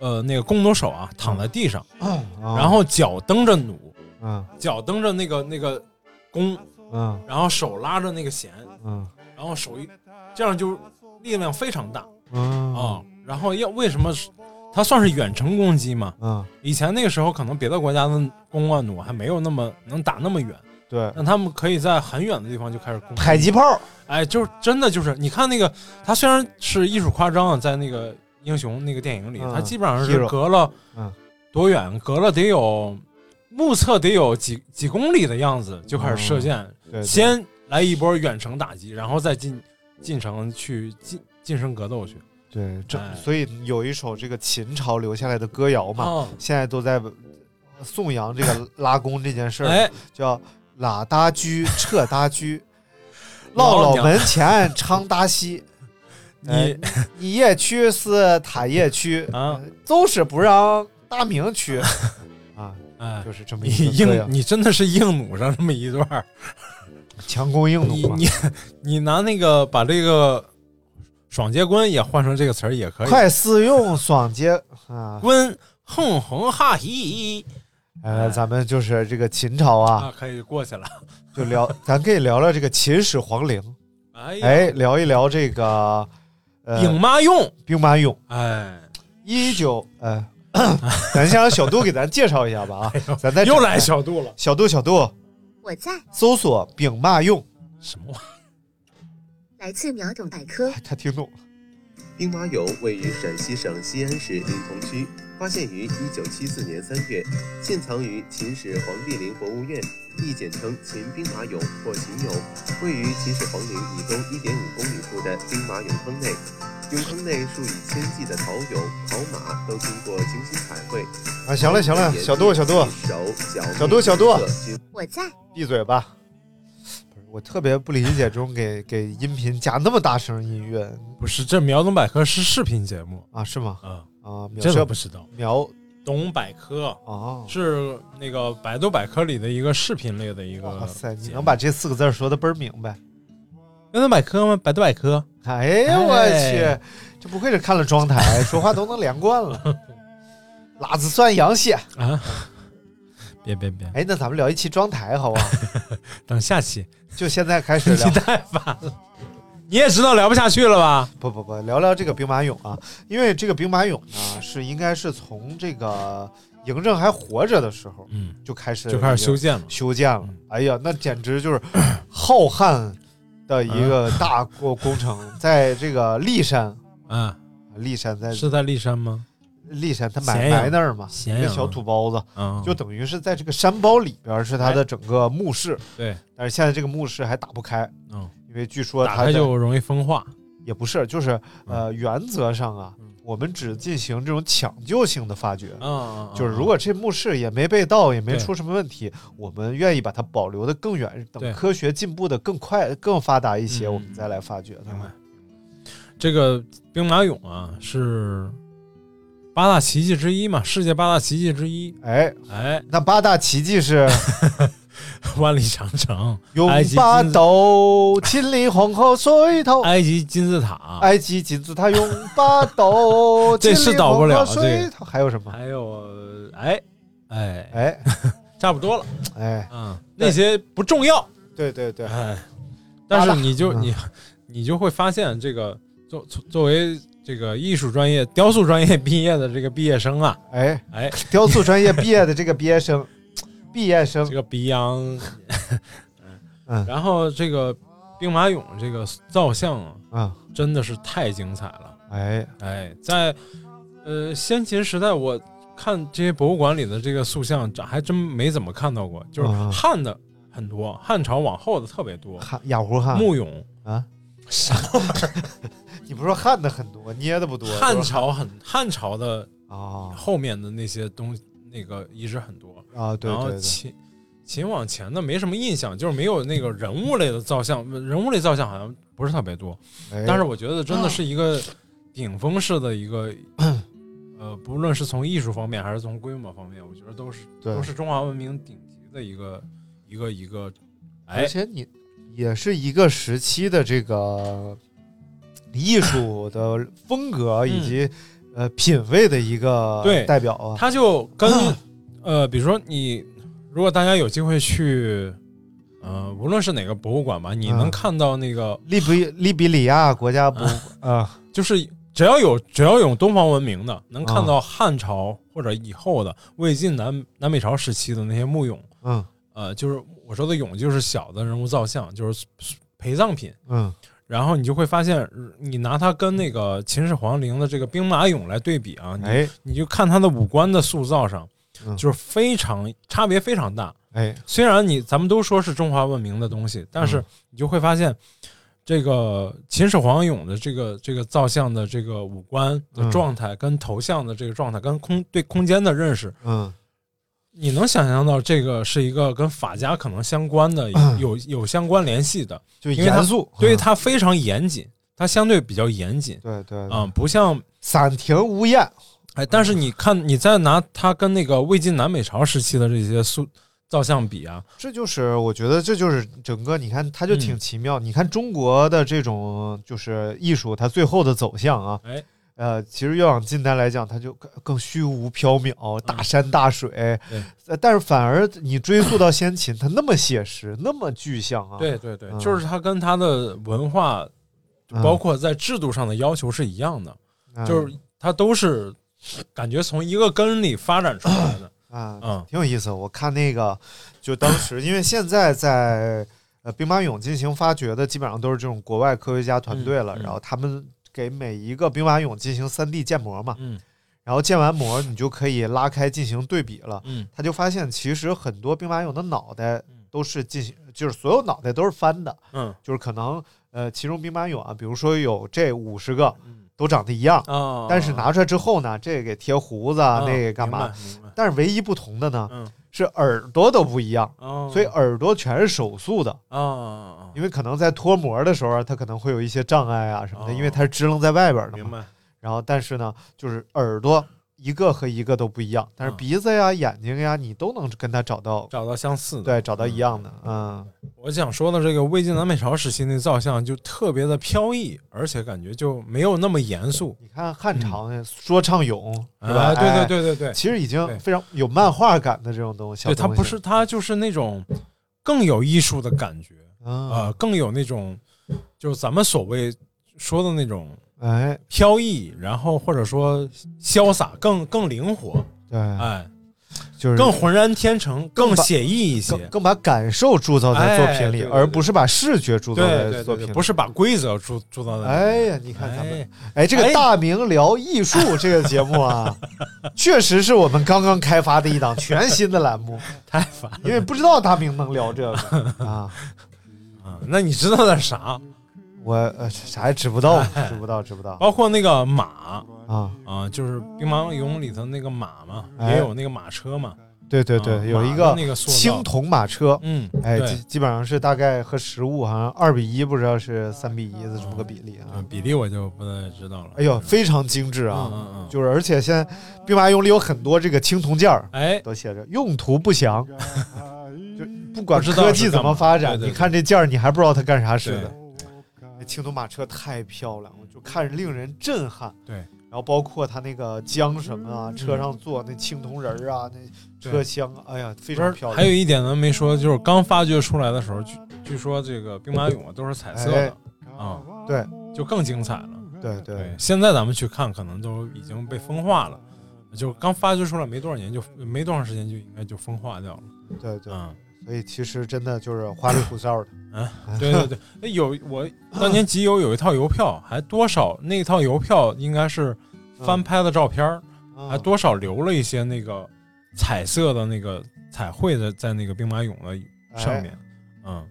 C: 呃那个弓弩手啊躺在地上，然
B: 然
C: 后脚蹬着弩。
B: 嗯
C: 脚蹬着那个那个弓，
B: 嗯
C: 然后手拉着那个弦，
B: 嗯
C: 然后手一这样就力量非常大
B: 嗯
C: 啊、然后要为什么是它算是远程攻击嘛？
B: 嗯，
C: 以前那个时候可能别的国家的弓啊弩还没有那么能打那么远，
B: 对，
C: 但他们可以在很远的地方就开始攻击
B: 迫击。炮，
C: 哎，就是真的就是你看那个，它虽然是艺术夸张啊，在那个英雄那个电影里，
B: 嗯
C: 它基本上是
B: hero
C: 隔了
B: 嗯
C: 多远，隔了得有目测得有几几公里的样子就开始射箭，
B: 嗯对对
C: 先来一波远程打击，然后再进进城去晋晋升格斗去。
B: 对，这
C: 哎
B: 所以有一首这个秦朝留下来的歌谣嘛，
C: 哦，
B: 现在都在颂扬这
C: (laughs)
B: 个拉弓这件事儿，
C: 哎，
B: 叫“喇搭居，撤
C: (laughs)
B: 搭居，
C: 老
B: 落老
C: 娘
B: 门前昌搭
C: (laughs)
B: 西”。哎
C: 你
B: 你业区是塔业区
C: 啊，
B: 都是不让大明
C: (laughs)
B: 区啊，
C: 哎，
B: 就是这么
C: 你
B: 一个歌啊谣
C: 硬，你真的是硬弩上这么一段儿。
B: 强弓硬
C: 你
B: 弩啊嘛。
C: 你你拿那个把这个爽结棍也换成这个词儿也可以。
B: 快四用爽接 (laughs) 啊！
C: 棍哼哼哈嘿
B: 呃，咱们就是这个秦朝啊，
C: 啊，可以过去了。
B: 就聊， (laughs) 咱可以聊聊这个秦始皇陵，
C: 哎呀，
B: 哎，聊一聊这个
C: 影
B: 呃
C: 妈用，
B: 兵马俑。
C: 哎，
B: 一九呃， (coughs) 咱先让小杜给咱介绍一下
C: (laughs)
B: 吧啊，咱再
C: 哎又来小度了，
B: 小杜小杜
D: 我在，
B: 搜索兵马俑， (laughs)
C: 什么玩意
D: 来自秒懂百科。
B: 他听懂了，
F: 兵马俑位于陕西省西安市临潼区，发现于1974年3月，现藏于秦始皇帝陵博物院，亦简称秦兵马俑或秦俑，位于秦始皇陵以东1.5公里处的兵马俑坑内。俑坑内数以千计的陶俑、陶马都经过精心彩绘。
B: 啊，行
C: 哎
B: 了行了，小杜小杜
F: 手脚
B: 小杜小杜
F: 面色均
D: 我在，
B: 闭嘴吧。不是，我特别不理解这种给给音频加那么大声音乐
C: 儿？不是，这苗总百科是视频节目
B: 啊，是吗？
C: 啊，
B: 啊，秒
C: 这
B: 射
C: 都不知道。
B: 秒
C: 懂百科
B: 哦，
C: 是那个百度百科里的一个视频类的一个。
B: 哇塞，你能把？这四个字儿说的倍儿明白。
C: 苗总百科吗？百度百科。
B: 哎呀，我
C: 哎
B: 去，这不愧是看了妆台，说话都能连贯了。辣子蒜羊血，
C: 啊， (laughs) 别别别，
B: 哎，那咱们聊一期妆台好不好？
C: 等下期，
B: 就现在开始
C: 你
B: 聊，
C: 太烦了。你也知道聊不下去了吧？
B: 不不不，聊聊这个兵马俑啊，因为这个兵马俑呢是应该是从这个嬴政还活着的时候
C: 嗯，
B: 就开始
C: 就开始修建了。嗯
B: 修建了。哎呀，那简直就是浩瀚的一个大工工程，在这个骊山，
C: 嗯，
B: 骊山在
C: 是在骊山吗？
B: 骊山，他埋
C: 咸阳
B: 埋那儿嘛，
C: 咸
B: 一个
C: 阳
B: 小土包子，
C: 嗯，
B: 就等于是在这个山包里边是他的整个墓室，
C: 对，
B: 但是现在这个墓室还打不开，
C: 嗯，
B: 因为据说
C: 打
B: 他的
C: 开就容易风化。
B: 也不是，就是呃，原则上啊
C: 嗯，
B: 我们只进行这种抢救性的发掘。
C: 嗯，
B: 就是如果这墓室也没被盗，也没
C: 对
B: 出什么问题，我们愿意把它保留的更远，等
C: 对
B: 科学进步的更快、更发达一些，
C: 嗯
B: 我们再来发掘它
C: 明白。这个兵马俑啊，是八大奇迹之一嘛，世界八大奇迹之一。
B: 哎，
C: 哎，
B: 那八大奇迹是
C: 万里长城、
B: 永
C: (laughs) 埃及金
B: 巴 (laughs)
C: 字
B: 豆，秦岭皇后水头，
C: 埃及金字塔，
B: 埃及金字塔永巴豆，
C: 啊 (laughs) 这是导不了
B: 秦岭黄河水头还有什么？
C: 还有哎哎，
B: 哎
C: 差不多了。
B: 哎，
C: 嗯，那些不重要。
B: 对对对，
C: 哎， (laughs) 但是你就
B: 嗯
C: 你你就会发现，这个作作作为这个艺术专业、雕塑专业毕业的这个毕业生啊，
B: 哎， (laughs)
C: 哎，
B: 雕塑专业毕业的这个毕业生， (coughs) 毕业生
C: 这个鼻梁，
B: (laughs) 嗯
C: 然后这个兵马俑这个造像啊，
B: 啊，
C: 真的是太精彩了。
B: 哎，
C: 哎，在呃先秦时代，我看这些博物馆里的这个塑像，这还真没怎么看到过。就是
B: 啊
C: 汉的很多，汉朝往后的特别多，
B: 汉雅虎汉
C: 木俑。
B: 啊，你不是说汉的很多，捏的不多，
C: 汉
B: 就是
C: 朝很汉朝的
B: 啊
C: 后面的那些东西，那个遗址很多，
B: 啊，对
C: 然后
B: 对对，
C: 秦秦往前的没什么印象，就是没有那个人物类的造像，人物类造像好像不是特别多，
B: 哎
C: 但是我觉得真的是一个顶峰式的一个，呃，不论是从艺术方面还是从规模方面，我觉得都是
B: 对
C: 都是中华文明顶级的一个一个一个，
B: 而
C: 哎，
B: 且你也是一个时期的这个呃艺术的风格以及呃品味的一个
C: 嗯对
B: 代表啊，
C: 它就跟呃，比如说你如果大家有机会去。呃，无论是哪个博物馆吧，你
B: 嗯
C: 能看到那个呃
B: 利比利比里亚国家博物馆啊，
C: 就是只要有只要有东方文明的，能看
B: 嗯
C: 到汉朝或者以后的魏晋南南北朝时期的那些墓俑，
B: 嗯
C: 呃，就是我说的俑，就是小的人物造像，就是陪葬品。
B: 嗯
C: 然后你就会发现，你拿它跟那个秦始皇陵的这个兵马俑来对比啊，你
B: 哎
C: 你就看它的五官的塑造上
B: 嗯，
C: 就是非常差别非常大。
B: 哎
C: 虽然你咱们都说是中华文明的东西，但是
B: 嗯
C: 你就会发现，这个秦始皇俑的这个这个造像的这个五官的
B: 嗯
C: 状态，跟头像的这个状态，跟空对空间的认识，
B: 嗯
C: 你能想象到这个是一个跟法家可能相关的
B: 嗯
C: 有有相关联系的，
B: 就
C: 因为它
B: 严肃，
C: 对于
B: 嗯
C: 它非常严谨，它相对比较严谨
B: 对对对
C: 啊、不像
B: 散庭无厌，
C: 哎，但
B: 嗯
C: 是你看，你再拿它跟那个魏晋南北朝时期的这些塑造像比啊，
B: 这就是我觉得这就是整个，你看它就挺
C: 嗯
B: 奇妙。你看中国的这种就是艺术，它最后的走向啊，
C: 哎，
B: 呃，其实越往近代来讲，它就更更虚无缥缈，大山大水。
C: 嗯对
B: 呃但是反而你追溯到先秦，它那么写实，那么具象啊。，
C: 对对对，
B: 嗯
C: 就是它跟它的文化，
B: 嗯
C: 包括在制度上的要求是一样的，就是它都是感觉从一个根里发展出来
B: (coughs)
C: 的。
B: 啊，
C: 嗯
B: 挺有意思。我看那个，就当时因为现在在呃兵马俑进行发掘的，基本上都是这种国外科学家团队了，
C: 嗯嗯
B: 然后他们给每一个兵马俑进行 3D 建模嘛。
C: 嗯
B: 然后建完模，你就可以拉开进行对比了。
C: 嗯，
B: 他就发现，其实很多兵马俑的脑袋都是进行，就是所有脑袋都是翻的，
C: 嗯
B: 就是可能呃，其中兵马俑啊，比如说有这五十个
C: 嗯
B: 都长得一样，
C: 啊，
B: 但是拿出来之后呢，这个给贴胡子啊，
C: 啊
B: 那个干嘛？？
C: 明白明白
B: 但是唯一不同的呢，
C: 嗯
B: 是耳朵都不一样，
C: 哦，
B: 嗯所以耳朵全是手塑的，
C: 啊，
B: 因为可能在脱模的时候啊，它可能会有一些障碍啊什么的，
C: 哦
B: 因为它是支棱在外边的嘛
C: 明。白
B: 然后但是呢，就是耳朵一个和一个都不一样，但是
C: 嗯
B: 鼻子呀、眼睛呀，你都能跟它找到，
C: 找到相似的。
B: 对，找到一样的，嗯，
C: 我想说的这个魏晋南北朝时期那造像就特别的飘逸，而且感觉就没有那么严肃。
B: 你看汉朝那说唱俑是吧？
C: 嗯啊，对
B: 哎
C: 对，对对对，
B: 其实已经
C: 对
B: 非常有漫画感的这种东西，
C: 对
B: 小
C: 它
B: 东
C: 不
B: 西
C: 是，它就是那种更有艺术的感觉。
B: 嗯
C: 呃，更有那种就是咱们所谓说的那种
B: 哎，
C: 飘逸，然后或者说潇洒，更更灵活，
B: 对，
C: 哎，
B: 就是
C: 更浑然天成，更
B: 嗯把
C: 写意一些。
B: 更更把感受铸造在作品
C: 哎对
B: 里，
C: 对对
B: 而不是把视觉铸造
C: 对
B: 在
C: 对
B: 作品
C: 对对，
B: 里。
C: 不是把规则铸铸造在。
B: 哎呀，你看咱们
C: 嗯哎，
B: 哎，这个
C: 哎
B: 《大明聊艺术》这个节目
C: (laughs)
B: 啊，确实是我们刚刚开发的一档全新的栏
C: (laughs)
B: 目，
C: 太烦了。
B: 因为不知道大明能聊这个啊，
C: 啊那你知道点啥？
B: 我呃啥也知不
C: (laughs)
B: 道，知不到，知不到
C: 包括那个马
B: 啊。
C: 啊，就是《兵马俑》里头那个马嘛，
B: 哎
C: 也有那个马车嘛。
B: 对对
C: 啊
B: 对，有一
C: 马
B: 个
C: 的那个塑造
B: 青铜马车，
C: 嗯，
B: 哎，
C: 对
B: 基基本上是大概和实物好像二比一，不知道是三比一是什么个比例啊
C: 嗯，？比例我就不太知道了。
B: 哎呦，非常精致
C: 嗯
B: 啊！
C: 嗯嗯，
B: 就是而且现在兵马俑里有很多这个青铜件儿，
C: 哎，
B: 都写着用途不详，就不管
C: 不知道
B: 科技怎么发展，
C: 是干嘛对对对
B: 你看这件儿，你还不知道它干啥使的
C: 对。
B: 那青铜马车太漂亮了，就看着令人震撼。
C: 对，
B: 然后包括它那个缰绳啊，车上坐那青铜人儿啊，那车
C: 对
B: 厢啊，哎呀，非
C: 不
B: 常
C: 是
B: 漂亮。
C: 还有一点咱没说，就是刚发掘出来的时候，据据说这个兵马俑啊都是彩色的啊，
B: 哎对
C: 就更精彩了。
B: 对
C: 对
B: 对，
C: 现在咱们去看，可能都已经被风化了，就刚发掘出来没多少年就，没多长时间就应该就风化掉了。
B: 对对， (laughs)
C: 嗯，
B: 所以其实真的就是花里胡哨的。
C: 对对对，那有我当年集邮有一套邮票，还多少那套邮票应该是 (coughs) 翻拍的照片儿，
B: 嗯
C: 还多少留了一些那个彩色的那个彩绘的在那个兵马俑的上面，嗯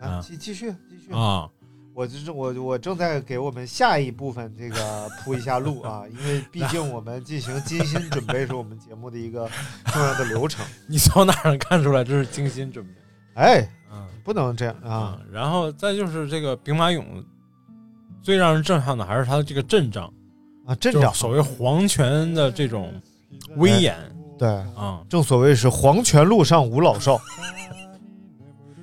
B: 哎啊
C: 啊
B: 继继续继续
C: 啊，
B: 我就是我我正在给我们下一部分这个铺一下路
C: (laughs)
B: 啊，因为毕竟我们进行精心准备是我们节目的一个重要的流程。
C: 你从哪儿能看出来这是精心准备？
B: 哎，
C: 嗯
B: 不能这样啊！
C: 嗯，然后再就是这个兵马俑，最让人震撼的还是它的这个阵仗，
B: 啊，阵
C: 就是
B: 仗
C: 嗯
B: 哎
C: 所谓皇权的这种威严
B: 对，
C: 啊、
B: 正所谓是黄泉路上无老
C: (laughs)
B: 少，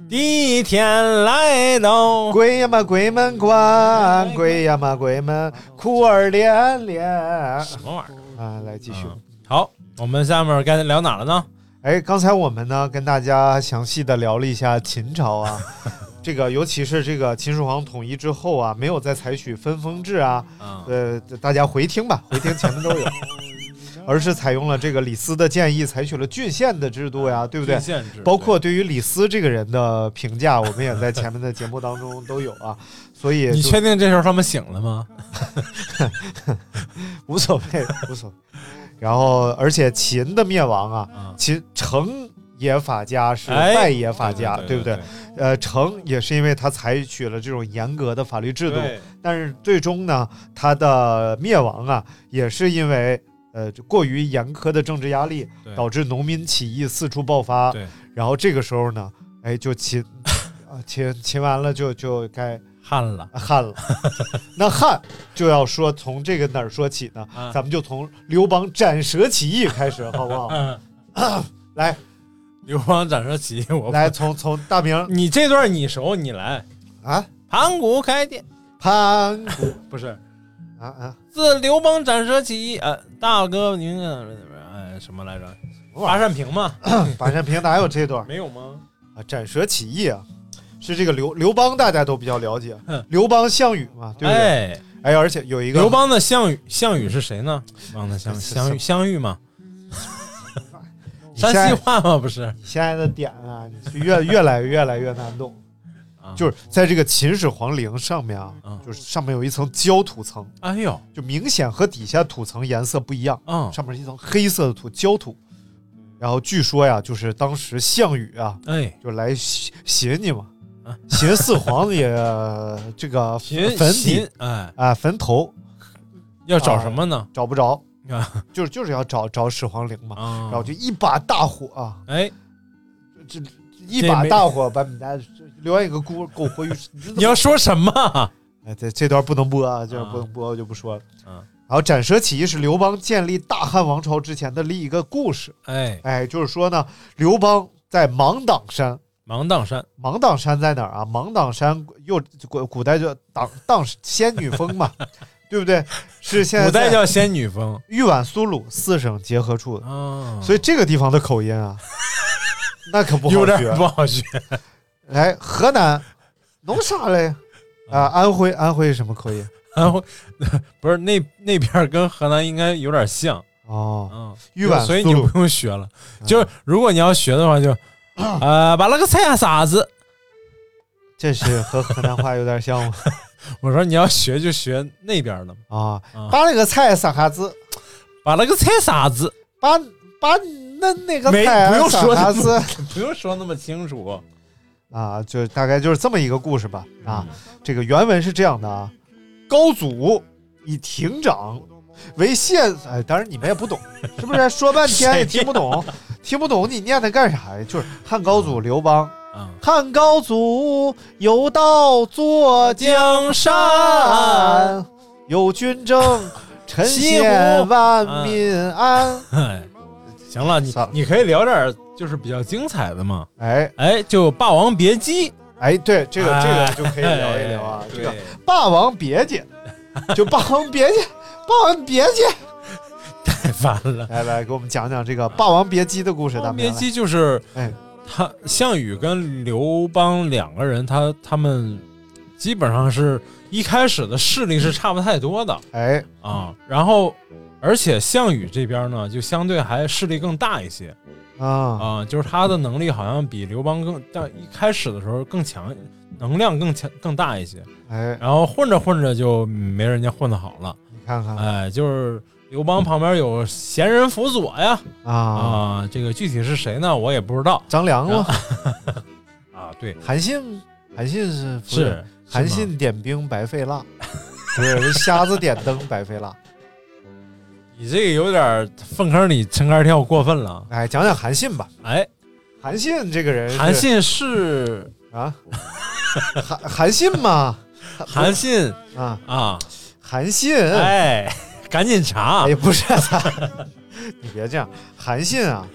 C: 第一天来到，
B: 鬼呀嘛鬼门关，鬼呀嘛鬼门哭儿连连啊！
C: 什么玩意儿？
B: 来继续。
C: 嗯好，我们下面该聊哪了呢？
B: 哎，刚才我们呢跟大家详细的聊了一下秦朝啊， (laughs) 这个尤其是这个秦始皇统一之后啊，没有再采取分封制啊，
C: 啊、
B: 呃，大家回听吧，回听前面都
C: (laughs)
B: 有，而是采用了这个李斯的建议，采取了郡县的制度呀，对不对
C: 郡？县制
B: 包括对于李斯这个人的评价，我们也在前面的节目当中都有
C: (laughs)
B: 啊，所以
C: 对你
B: 就
C: 确定这时候他们醒了吗？
B: 无所
C: (laughs)
B: 谓，无所谓。然后，而且秦的灭亡啊，
C: 啊，
B: 秦成也法家是
C: 哎
B: 败也法家，
C: 对
B: 对不对？呃，成也是因为他采取了这种严格的法律制度，
C: 对
B: 但是最终呢，他的灭亡啊，也是因为呃过于严苛的政治压力，
C: 对
B: 导致农民起义四处爆发。
C: 对
B: 然后这个时候呢，哎，就
C: (laughs)
B: 秦啊秦秦完了就就该
C: 汉
B: (laughs)
C: 了，
B: 汉了。那汉就要说从这个哪儿说起呢？
C: 啊
B: 咱们就从刘邦斩蛇起义开始，好不好？
C: 嗯，
B: 来
C: 刘邦斩蛇 (laughs) 起义， (laughs) 我
B: 来，从从大明
C: 你这段你熟，你来。
B: 啊
C: 盘古开天
B: 潘
C: 不是，
B: 啊
C: (laughs)
B: 啊
C: 自刘邦斩蛇起义，呃，大哥您呃哎什么来着？
B: 玩啊
C: 华善平吗？
B: 马占平哪有这段？
C: 没有吗？
B: 啊，斩蛇起义啊，是这个刘刘邦，大家都比较了解啊
C: 嗯，
B: 刘邦项羽嘛，对不对？
C: 哎，
B: 哎，而且有一个
C: 刘，邦的项羽，项羽是谁呢？刘邦的项羽，
B: 是
C: 项
B: 什
C: 羽，
B: 么
C: 项羽嘛，
B: 你现
C: 山
B: 在
C: 西话嘛，不是？
B: 你现在的点啊，你是越越来越来越难懂，
C: 啊
B: 就是在这个秦始皇陵上面啊，
C: 嗯
B: 就是上面有一层焦土层，
C: 哎呦，
B: 就明显和底下土层颜色不一样，
C: 嗯，
B: 上面是一层黑色的土焦土。然后据说呀，就是当时项羽啊，
C: 哎，
B: 就来寻寻你嘛
C: 啊，
B: 寻四皇也这个
C: 秦
B: 坟
C: 秦
B: 底，
C: 哎，
B: 啊坟头
C: 要找什么呢？
B: 找不着，
C: (laughs) 啊
B: 就是就是要找找始皇陵嘛，
C: 啊
B: 然后就一把大火啊，
C: 哎，
B: 这这一把大火把你们家刘安一个孤狗活鱼，
C: 你要说什么？
B: 哎，这这段不能播啊，这段
C: 啊
B: 不能播，我就不说了。
C: 嗯
B: 然后斩蛇起义是刘邦建立大汉王朝之前的另一个故事，
C: 哎，
B: 哎，就是说呢，刘邦在芒砀山。
C: 芒砀山，
B: 芒砀山在哪儿啊？芒砀山又古古代叫党砀仙女峰嘛， (laughs) 对不对？是现在
C: 古代
B: 在
C: 叫仙女峰
B: 豫皖苏鲁四省结合处的，
C: 啊，
B: 所以这个地方的口音啊，那可不好
C: 有点
B: 学。哎
C: 不好学。
B: 来，河南弄啥嘞？
C: 嗯
B: 啊，安徽安徽什么口音？
C: 安徽 (laughs) 不是那那边儿跟河南应该有点像，
B: 哦， (laughs)
C: 嗯，
B: 豫皖
C: 所以
B: 苏
C: 你
B: 鲁
C: 不用学了。
B: 嗯
C: (laughs) 就是如果你要学的话
B: (laughs)
C: 就，呃，把那个菜啥子？
B: 这是和河南话有点像吗？
C: 我说你要学就学那边的，
B: 啊，
C: (laughs) 啊
B: 把那个菜啥哈子？
C: 把那个菜啥子？ (laughs)
B: 把把那那个
C: 没
B: 菜
C: 不用说
B: 啥
C: 那么
B: 子？
C: 不用说那么清楚
B: 啊，就大概就是这么一个故事吧。
C: 嗯
B: 啊，，这个原文是这样的啊：高祖以亭长为县，哎，当然你们也不懂，是不是？说半天也听不懂， (laughs) 听不懂你念它干啥呀？就是汉高祖刘邦，
C: 啊，
B: 汉高祖有道坐
C: 江山，
B: 山，有军政，臣
C: 西
B: 贤
C: 湖
B: 万民安。
C: (laughs) 哎，行了，你
B: 算了
C: 你可以聊点儿就是比较精彩的嘛。
B: 哎
C: 哎，就《霸王别姬》
B: 哎，对，这个这个
C: 哎
B: 就可以聊一聊啊
C: 哎，
B: 这个《
C: 对
B: (laughs) 霸王别姬》，就《霸王别姬》，《 (laughs) 霸王别姬》。
C: 太烦了。
B: 来来，给我们讲讲这个《霸王别姬》的故事。
C: 《
B: 大
C: 霸王
B: 明
C: 别
B: 来
C: 姬》就是
B: 哎，
C: 他项羽跟刘邦两个人，他他们基本上是一开始的势力是差不太多的
B: 哎，
C: 啊。然后，而且项羽这边呢，就相对还势力更大一些
B: 啊，
C: 啊，就是他的能力好像比刘邦更，但一开始的时候更强，能量更强更大一些。
B: 哎，
C: 然后混着混着就没人家混得好了，
B: 你看看
C: 哎，就是刘邦旁边有贤人辅佐呀
B: 啊，
C: 啊，这个具体是谁呢？我也不知道
B: 张良吗？
C: 啊。对，
B: 韩信，韩信是不
C: 是
B: 韩
C: 吗
B: 信点兵白费蜡， (laughs) 不是人瞎子点灯白费蜡。
C: 你这个有点儿粪坑里撑杆跳，过分了。
B: 哎，讲讲韩信吧。
C: 哎，
B: 韩信这个人是，
C: 韩信是
B: 啊，韩韩信嘛，
C: 韩信
B: 啊，
C: 啊，
B: 韩信，
C: 哎，
B: (laughs)
C: 赶紧查
B: 哎，不是， (laughs) 你别这样，韩信啊。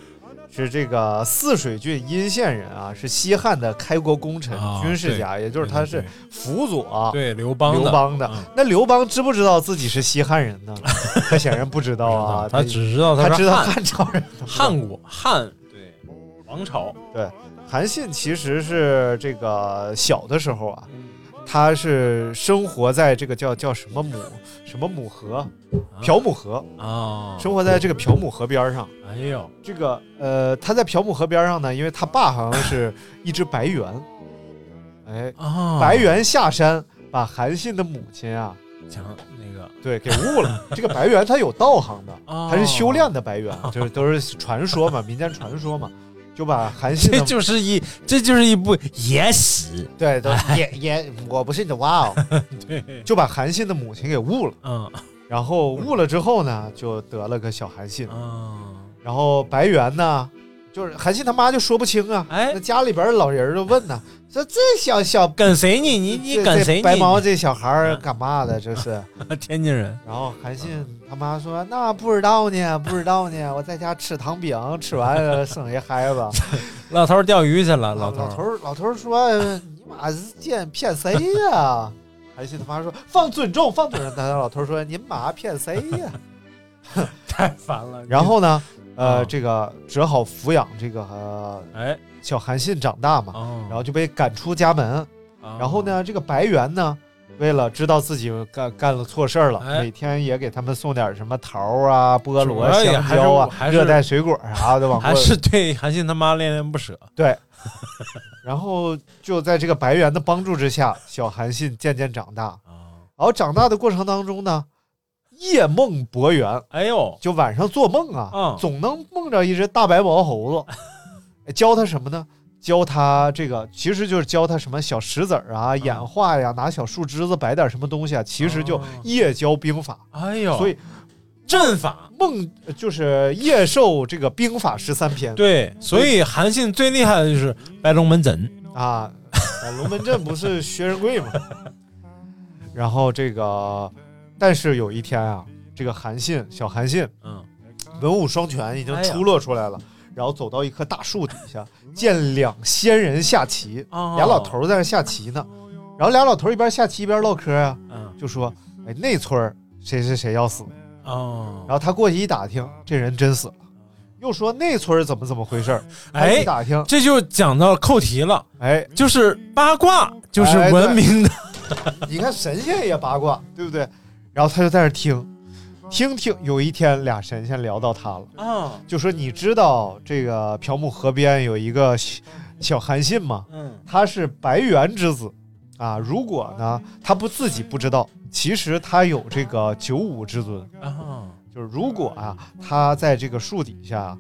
B: 是这个泗水郡鄢县人啊，是西汉的开国功臣、
C: 啊
B: 军事家，也就是他是
C: 对
B: 辅佐啊、
C: 嗯对刘邦的
B: 刘邦的
C: 嗯
B: 那刘邦知不知道自己是西汉人
C: (laughs)
B: 呢？他显然不知道啊，
C: 他只知道
B: 他
C: 是
B: 知道
C: 汉
B: 汉朝人。
C: 汉国汉对王朝
B: 韩信其实是这个小的时候啊，他是生活在这个叫叫什么母什么母河
C: 朴
B: 朴母河，
C: 啊，
B: 生活在这个朴母河边儿上。
C: 哎呦
B: 这个呃，他在朴母河边儿上呢，因为他爸好像是一只白猿，哎，
C: 啊，
B: 白猿下山把韩信的母亲啊，
C: 强那个
B: 对，给误了。这个白猿它有道行的，
C: 啊，
B: 它是修炼的白猿，就是都是传说嘛，民间传说嘛，就把韩信
C: (laughs) 这
B: 的
C: 就是一这就是一部野史，
B: 对
C: (laughs)
B: 都也也，我不是你的哇哦，
C: 对，
B: 就把韩信的母亲给误了，
C: 嗯
B: 然后误了之后呢，就得了个小韩信，
C: 嗯，
B: 然后白猿呢，就是韩信他妈就说不清啊，
C: 哎
B: 那家里边老人就问呢，说这小小。
C: 跟谁呢？你你嗯
B: 这
C: 跟
B: 这
C: 谁呢？
B: 白毛这小孩儿干嘛的？这是，
C: (laughs) 天津人，
B: 然后韩信他妈说：“那不知道呢，不知道呢，我在家吃糖饼，吃完了剩一孩子。”
C: 啊老头儿钓鱼去了，
B: 啊老
C: 头儿
B: 头儿老头儿说：“哎你妈是见骗谁
C: (laughs)
B: 呀？”韩信他妈说：“放尊重，放尊重。”那老头儿说：“您妈骗谁
C: (laughs)
B: 呀
C: 太烦了。？”
B: 然后呢，呃，
C: 啊
B: 这个只好抚养这个、呃
C: 哎，
B: 小韩信长大嘛，
C: 哦，
B: 然后就被赶出家门。
C: 哦
B: 然后？呢，这个白猿呢，为了知道自己干干了错事儿了，
C: 哎
B: 每天也给他们送点什么桃儿啊、菠萝、
C: 主要也
B: 香
C: 还是
B: 蕉啊、
C: 还是
B: 热带水果啥的往过
C: 还是对韩信他妈恋恋不舍。
B: 对，然后就在这个白猿的帮助之下，小韩信渐渐长大。
C: 啊！
B: 然后长大的过程当中呢，夜梦博猿，
C: 哎呦，
B: 就晚上做梦啊，
C: 嗯
B: 总能梦着一只大白毛猴
C: (laughs)
B: 子。教他什么呢？教他这个其实就是教他什么小石子儿
C: 嗯
B: 啊、演化呀，拿小树枝子摆点什么东西啊，其实就
C: 哦
B: 夜教兵法。
C: 哎呦，
B: 所以
C: 阵法
B: 梦就是夜授这个兵法十三篇。
C: 对，所以韩信最厉害的就是白龙门阵。 (laughs)
B: 啊，呃龙门阵不是薛仁贵吗？ (laughs) 然后这个，但是有一天啊，这个韩信，小韩信，
C: 嗯，
B: 文武双全已经
C: 哎呀嗯
B: 出落出来了，然后走到一棵大树底下，见两仙人下棋，
C: 哦
B: 俩老，头儿在那下棋呢，然后俩老头儿一边下棋一边唠嗑啊，
C: 嗯，
B: 就说，哎，那村儿谁谁谁要死，
C: 哦
B: 然，后他过去一打听，这人真死了。又说那村儿怎么怎么回事儿，
C: 哎
B: 一打听，
C: 这就讲到扣题了，
B: 哎，
C: 就是八卦，就是
B: 哎对
C: 文明的。
B: 你看神仙也八卦，对不对？然后他就在那儿听，听听，有一天俩神仙聊到他了，
C: 啊，
B: 就说你知道这个朴木河边有一个小小韩信吗？
C: 嗯，
B: 他是白猿之子啊。如果
C: 哦
B: 呢，他不自己不知道，其实他有这个九五之尊，
C: 啊，
B: 就是如果啊，他在这个树底下，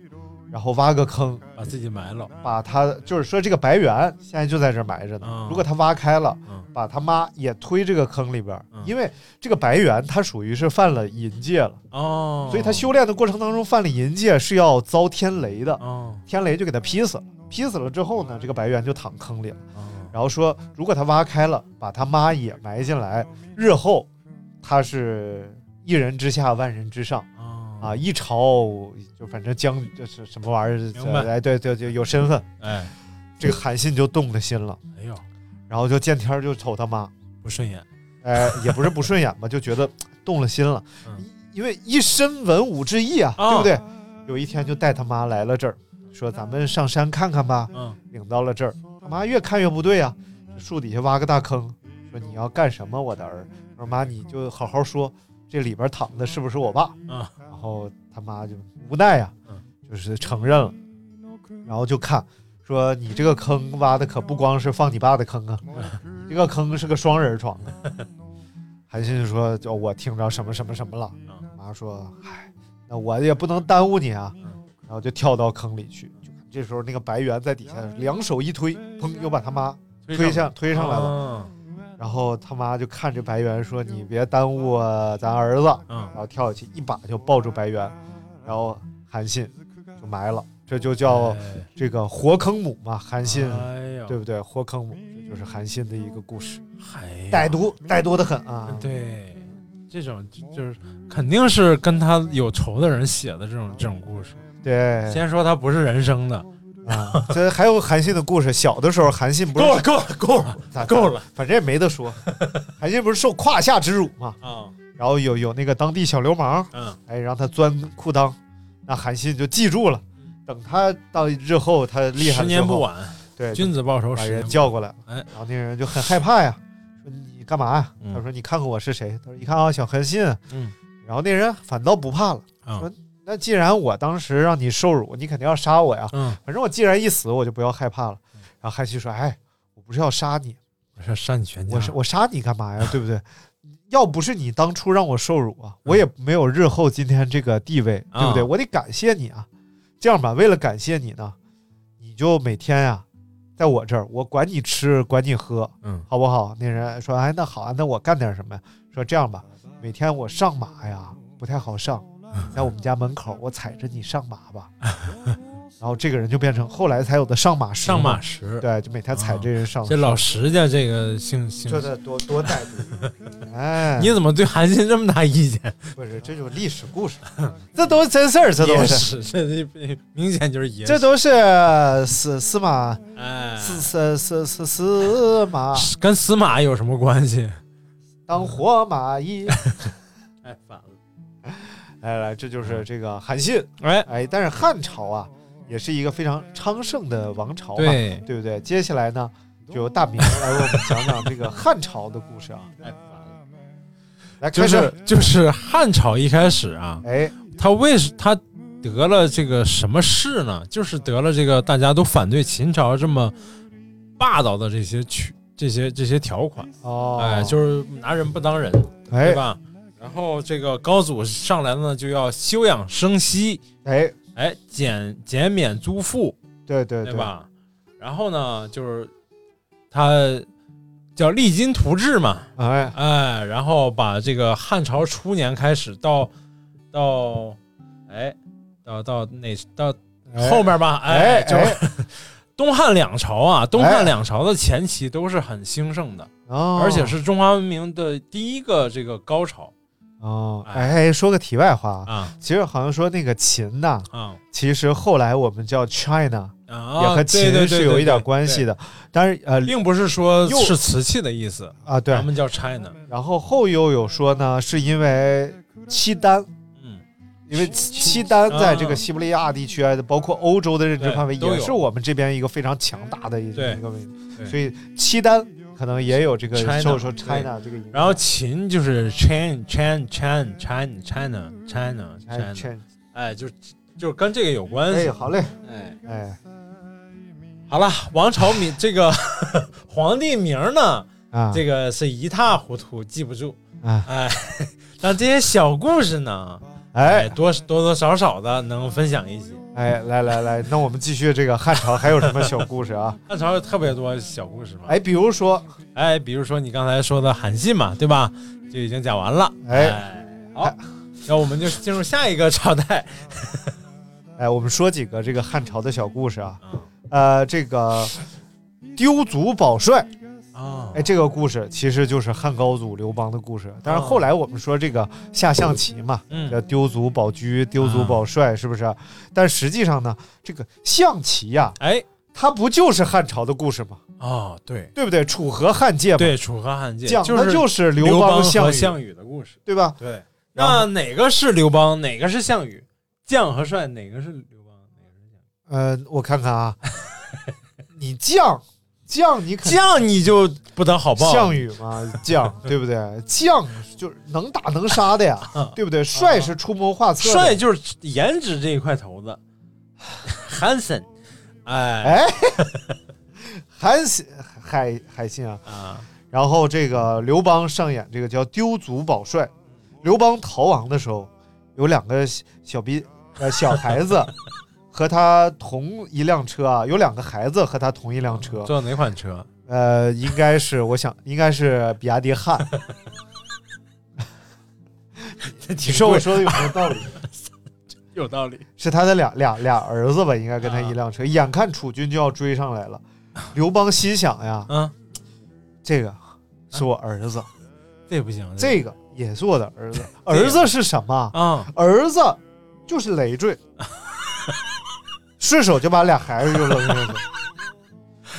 B: 然后挖个坑，
C: 把自己埋了，
B: 把他就是说这个白猿现在就在这儿埋着呢
C: 嗯。
B: 如果他挖开了
C: 嗯，
B: 把他妈也推这个坑里边儿
C: 嗯，
B: 因为这个白猿他属于是犯了淫戒了，
C: 哦，
B: 所以他修炼的过程当中犯了淫戒是要遭天雷的，
C: 哦，
B: 天雷就给他劈死了。劈死了之后呢，这个白猿就躺坑里了。
C: 哦，
B: 然后说，如果他挖开了，把他妈也埋进来，日后他是一人之下，万人之上。
C: 哦
B: 啊，，一朝就反正将就是什么玩意儿，
C: 明白
B: 哎，对对对，有身份。
C: 哎，
B: 这个韩信就动了心了，
C: 哎呦，
B: 然后就见天儿就瞅他妈，
C: 不顺眼，
B: 哎，也不是不顺眼吧，就觉得动了心了，
C: 嗯
B: 因为一身文武之意啊，
C: 啊
B: 对不对？有一天就带他妈来了这儿，说咱们上山看看吧。
C: 嗯，
B: 领到了这儿，他妈越看越不对啊，树底下挖个大坑，说你要干什么，我的儿？我说妈，你就好好说，这里边躺的是不是我爸？
C: 嗯
B: 然后他妈就无奈呀、
C: 嗯
B: 就是承认了，然后就看说你这个坑挖的可不光是放你爸的坑啊，这个坑是个双人床啊。韩信就说：“就我听着什么什么什么了。”妈说：“嗨，那我也不能耽误你啊。”然后就跳到坑里去。就这时候那个白猿在底下两手一推，砰，又把他妈推上推上来了。
C: 了，
B: 然后他妈就看着白猿说：“你别耽误啊咱儿子。”然
C: 嗯，
B: 后跳下去一把就抱住白猿，然后韩信就埋了。这就叫
C: 哎
B: 这个活坑母嘛，韩信
C: 哎呦，
B: 对不对？活坑母，这就是韩信的一个故事，
C: 哎嗯呀
B: 歹毒歹毒的很啊！
C: 对，这种就就是肯定是跟他有仇的人写的这种这种故事。
B: 对，
C: 先说他不是人生的，
B: 啊，这还有韩信的故事。小的时候，韩信不是
C: 够了，够了，
B: (laughs)
C: 够了，
B: 咋
C: 够，了
B: 咋反正也没得说。韩信不是受胯下之辱嘛，
C: 啊！
B: 然后有有那个当地小流氓，
C: 嗯，
B: 哎，让他钻裤裆，那韩信就记住了。等他到日后他厉害了之后，
C: 十
B: 哎
C: 年不晚，
B: 对，
C: 君子报仇，
B: 把
C: 十年
B: 人
C: 不晚
B: 叫过来了。
C: 哎
B: 然后那个人就很害怕呀，说你干嘛呀？
C: 嗯
B: 他说你看看我是谁？他说一看啊，小韩信。
C: 嗯，
B: 然后那人反倒不怕了。
C: 嗯
B: 那既然我当时让你受辱，你肯定要杀我呀。
C: 嗯，
B: 反正我既然一死，我就不要害怕了。然后韩信说：“哎，我不是要杀你，
C: 我说杀你全家，
B: 我是我杀你干嘛呀？对不对？要不是你当初让我受辱啊，我也没有日后今天这个地位，
C: 啊
B: 对不对？我得感谢你啊。这样吧，为了感谢你呢，你就每天呀、在我这儿，我管你吃，管你喝，
C: 嗯
B: 好不好？那人说，哎，那好啊，那我干点什么呀？说这样吧，每天我上马呀不太好
C: (laughs)
B: 上，在我们家门口，我踩着你上马吧。 (laughs) 然后这个人就变成后来才有的上马石嘛
C: 上马石，
B: 对，就每天踩这人上马石。
C: 这老石家这个姓姓，
B: 这得多多歹毒！ (laughs) 哎，
C: 你怎么对韩信这么大意见？
B: 不是这就是历史故事， (laughs) 这都是真事儿，这都
C: 野
B: 是，
C: 史，这这明显就是野史，
B: 这都是司司马
C: 哎，
B: 司司司司司马
C: 跟司马有什么关系？
B: 当活马 (laughs) 医。
C: 哎，反了，
B: 来哎来，这就是这个韩信。
C: 哎，
B: 哎，但是汉朝啊，也是一个非常昌盛的王朝嘛，
C: 对，
B: 对不对？接下来呢，就由大明来为我们讲讲这个汉朝的故事啊。
C: 哎，反了，
B: 来，
C: 就
B: 开始
C: 是就是汉朝一开始啊，
B: 哎，
C: 他为什他得了这个什么事呢？就是得了这个大家都反对秦朝这么霸道的这些曲这些这些条款，
B: 哦，
C: 哎，就是拿人不当人，
B: 哎
C: 对吧？然后这个高祖上来呢，就要休养生息，
B: 哎，
C: 哎，减减免租赋，
B: 对对
C: 对？吧？然后呢，就是他叫励精图治嘛，
B: 哎，
C: 哎，然后把这个汉朝初年开始到到哎到到哪到
B: 哎
C: 后面吧，
B: 哎
C: 哎，就是东汉两朝啊，东
B: 哎
C: 汉两朝的前期都是很兴盛的，
B: 哦，
C: 而且是中华文明的第一个这个高潮
B: 哦，
C: 哎
B: 哎，说个题外话啊，
C: 啊
B: 其实好像说那个秦呐、
C: 啊
B: 其实后来我们叫 China，、
C: 啊，
B: 也和
C: 对对
B: 秦
C: 对
B: 是有一点关系
C: 的，
B: 的。但是呃
C: 对并不是说
B: 又
C: 是瓷器的意思，
B: 啊对
C: 咱，们叫 China，
B: 然后后又有说呢，是因为契丹
C: 嗯，
B: 一因为契丹在这个西伯利亚地区啊，包括欧洲的认知范围，
C: 对都有
B: 也是我们这边一个非常强大的一
C: 对
B: 一个位置，
C: 对
B: 所以契丹可能也有这个
C: China，
B: 受说
C: 对
B: China 这个影响。
C: 然后秦就是 Chin Chin Chin Chin China China
B: 哎
C: China，
B: 劝
C: 哎，就是就是跟这个有关系
B: 哎，。好嘞，
C: 哎，
B: 哎
C: 好了，王朝名
B: (laughs)
C: 这个皇帝名呢，
B: 啊，
C: 这个是一塌糊涂，记不住。
B: 啊，
C: 哎， (laughs) 但这些小故事呢，哎，
B: 哎
C: 多多多少少的能分享一些。
B: 哎，来来来，那我们继续这个汉朝还有什么小故事
C: (laughs)
B: 啊？
C: 汉朝有特别多小故事嘛，
B: 哎，比如说，
C: 哎，比如说你刚才说的韩信嘛，对吧？就已经讲完了。
B: 哎
C: 好，然后我们就进入下一个
B: (laughs)
C: 朝代。
B: 哎，我们说几个这个汉朝的小故事啊，
C: 啊
B: 呃，这个丢卒保帅，
C: 啊
B: 哎，这个故事其实就是汉高祖刘邦的故事。但是后来我们说这个下象棋嘛，
C: 嗯
B: 叫丢卒保车、丢卒保帅，是不是？但实际上呢，这个象棋呀、
C: 哎，
B: 它不就是汉朝的故事吗？
C: 哦，对
B: 对不对？楚河汉界嘛，
C: 对，楚河汉界
B: 讲的
C: 就是刘
B: 刘
C: 邦
B: 项
C: 和
B: 羽，
C: 项羽的故事。
B: 对吧？
C: 对，
B: 然后
C: 那哪个是刘邦，哪个是项羽？将和帅哪个是刘邦，哪个是项羽？
B: 呃，我看看啊， (laughs) 你将将你肯定
C: 将你就不得好报。
B: 项
C: 羽
B: 羽嘛，将
C: (laughs)
B: 对不对？将就是能打能杀的呀， (laughs) 对不对？帅是出谋划策的，
C: 嗯帅就是颜值这一块头子，Hanson，哎
B: 哎，韩信海海信啊，
C: 啊，
B: 然后这个刘邦上演这个叫丢卒保帅。刘邦逃亡的时候，有两个小小逼呃小孩子 (laughs) 和他同一辆车啊，有两个孩子和他同一辆车，
C: 坐哪款车？
B: 呃，应该是我想应该是比亚迪汉。 (laughs) 你说我说的有没有道理？
C: 有道理。
B: (laughs) 是他的俩俩俩儿子吧，应该跟他一辆车。眼看楚军就要追上来了，刘邦心想呀，
C: 嗯，
B: 这个是我儿子，
C: 这不行，
B: 这个也是我的 (laughs) 儿子。儿子是什么？
C: 啊，
B: 儿子就是累
C: (laughs)
B: 赘，顺手就把俩孩子就扔进去。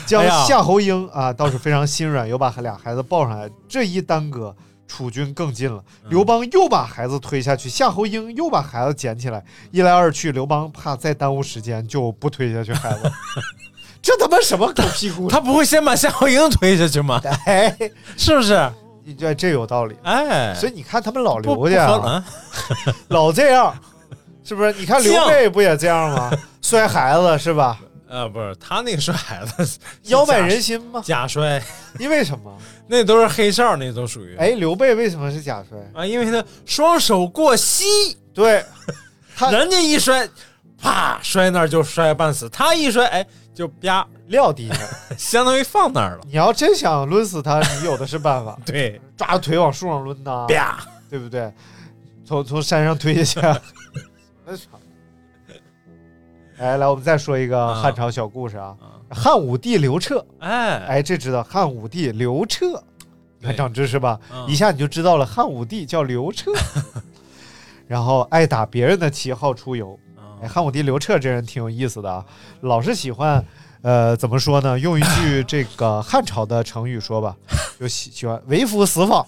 B: 将
C: 哎呀
B: 夏侯婴啊，倒是非常心软，又把俩孩子抱上来。这一耽搁，楚军更近了。
C: 嗯
B: 刘邦又把孩子推下去，夏侯婴又把孩子捡起来。一来二去，刘邦怕再耽误时间，就不推下去孩
C: (laughs)
B: 子。这他妈什么狗屁故事？
C: 他不会先把夏侯婴推下
B: (laughs)
C: 去吗？
B: 哎，
C: 是不是？
B: 你这这有道理。
C: 哎，
B: 所以你看他们老
C: 不
B: 刘家、
C: 不
B: 啊
C: 可，能
B: (laughs) 老这样，是不是？你看刘备不也这样吗？摔孩子是吧？
C: 呃，不是他那个是
B: (laughs)
C: 孩子，
B: 腰败人心吗？
C: 假摔，
B: 因为什么？
C: 那都是黑哨，那都属于
B: 哎，刘备为什么是假摔？
C: 啊，因为他双手过膝，
B: 对，他
C: 人家一摔，啪摔那儿就摔半死，他一摔，哎，就啪，
B: 撂地上。
C: 相当于放那儿了。，
B: 你要真想抡死他，你有的是办法
C: 对，
B: 抓着腿往树上抡呐，
C: 啪，
B: 对不对？从从山上推下去。那啥哎，来，我们再说一个
C: 啊
B: 汉朝小故事啊。
C: 啊
B: 汉武帝刘彻，
C: 哎
B: 哎，这知道汉武帝刘彻，你看
C: 对
B: 长知识吧？
C: 嗯
B: 一下你就知道了，汉武帝叫刘彻，然后爱打别人的旗号出游。哎，
C: 哎，
B: 汉武帝刘彻这人挺有意思的啊，老是喜欢，呃，怎么说呢？用一句这个汉朝的成语说吧，就喜喜欢为夫死访，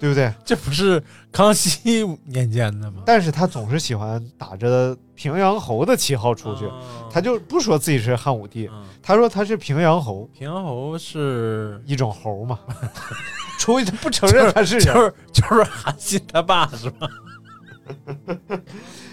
B: 对不对？
C: 这不是康熙年间的吗？
B: 但是他总是喜欢打着平阳侯的旗号出去，
C: 啊
B: 嗯他就不说自己是汉武帝，
C: 嗯
B: 他说他是平阳侯，
C: 平侯是
B: 一种猴嘛，除非他不承认他是人，
C: 就是就是韩信他爸是吧？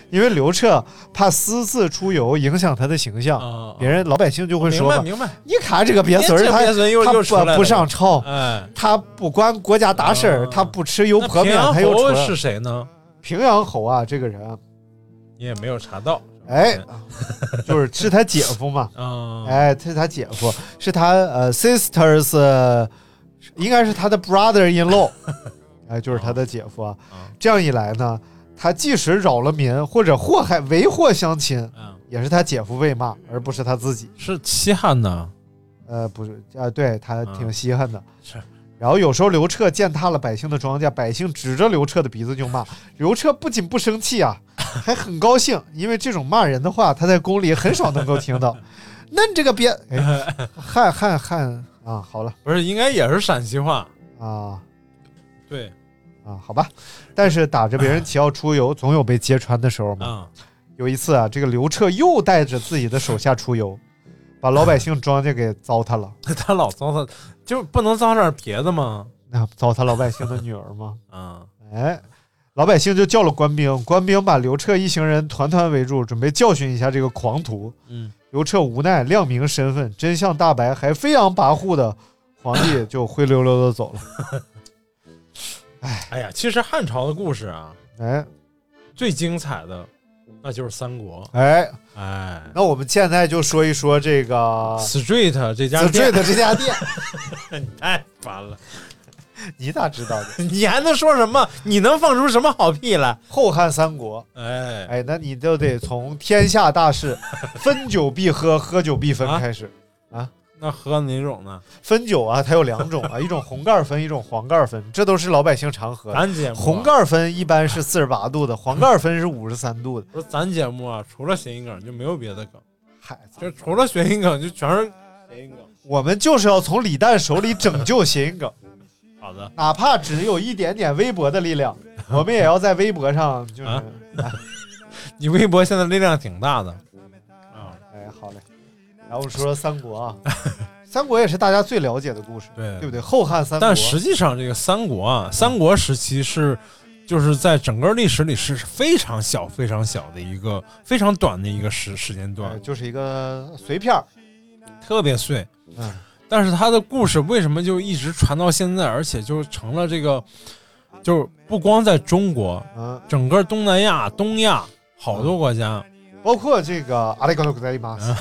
B: 因为刘彻怕私自出游影响他的形象，
C: 啊
B: 别人老百姓就会
C: 明
B: 说
C: 白
B: 嘛，
C: 明白，
B: 你看这个鳖孙
C: 别
B: 儿，
C: 这别
B: 他
C: 人又
B: 他
C: 又出来了
B: 不不上朝，
C: 哎，
B: 他不管国家大事儿，
C: 啊
B: 他不吃油
C: 那
B: 泼
C: 平
B: 面，
C: 阳
B: 他又出
C: 侯
B: 来
C: 是
B: 了。
C: 谁呢？
B: 平阳侯啊，这个人，
C: 你也没有查到，
B: 哎，
C: (laughs)
B: 就是是他姐夫嘛，
C: 嗯，
B: 哎，他是他姐夫，是他呃 sisters，呃应该是他的 brother in
C: (laughs)
B: law，哎，就是他的姐夫啊
C: 啊。
B: 这样一来呢，他即使扰了民或者祸害为祸乡亲，
C: 嗯，
B: 也是他姐夫被骂，而不是他自己。
C: 是西汉的，
B: 呃，不是，啊，对他挺稀罕的。
C: 嗯是。
B: 然后有时候刘彻践踏了百姓的庄稼，百姓指着刘彻的鼻子就骂。刘彻不仅不生气
C: (laughs)
B: 啊，还很高兴，因为这种骂人的话，他在宫里很少能够听
C: (laughs)
B: 到。那你这个别，哎，汉汉汉啊，好了
C: 不是应该也是陕西话？
B: 啊，
C: 对，
B: 啊，好吧。但是打着别人旗号出游，总有被揭穿的时候嘛。
C: 嗯，
B: 有一次啊，这个刘彻又带着自己的手下出游，把老百姓庄稼给糟蹋了，
C: (laughs) 他老糟蹋，就不能糟蹋点别的吗？
B: 那糟蹋老百姓的女儿吗？
C: 嗯，
B: 哎，老百姓就叫了官兵，官兵把刘彻一行人团团围住，准备教训一下这个狂徒。
C: 嗯，
B: 刘彻无奈亮明身份，真相大白，还飞扬跋扈的皇帝就灰溜溜的走了。
C: 哎呀，其实汉朝的故事啊，
B: 哎
C: 最精彩的那就是三国。
B: 哎，
C: 哎
B: 那我们现在就说一说这个
C: 啊，Street 这家
B: 紫醉
C: 店 (laughs)
B: 的这家店， (laughs)
C: 太烦了， (laughs)
B: 你咋知道的？
C: 你还能说什么？你能放出什么好屁来？
B: 后汉三国，
C: 哎，
B: 哎，那你就得从天下大事，分久必喝，喝久必分
C: 啊
B: 开始。
C: 那喝哪种呢？
B: 分酒啊，它有两种
C: (laughs)
B: 啊，一种红盖儿分，一种黄盖儿分，这都是老百姓常喝的。
C: 咱节目啊
B: 红盖儿分一般是四十八度的，黄盖儿分是五十三度的。
C: 不是咱节目啊，除了谐音梗就没有别的梗， (laughs)
B: 嗨，
C: 就除了谐音梗就全是谐音梗。
B: 我们就是要从李诞手里拯救谐音
C: (laughs)
B: 梗，
C: 好的，
B: 哪怕只有一点点微薄的力
C: (laughs)
B: 量，我们也要在微博上就是，
C: 啊你微博现在力量挺大的。啊，
B: 哎，好嘞。然后我们说说三国啊， (laughs) 三国也是大家最了解的故事，
C: 对
B: 对不对？后汉三国，
C: 但实际上，这个三国啊，三国时期是，就是在整个历史里是非常小、非常小的一个非常短的一个时时间
B: 哎
C: 段，
B: 就是一个碎片儿，
C: 特别碎。
B: 嗯，
C: 但是它的故事为什么就一直传到现在，而且就成了这个，就是不光在中国，
B: 嗯，
C: 整个东南亚、东亚好多国家，
B: 包括这个阿里嘎多古代里马斯，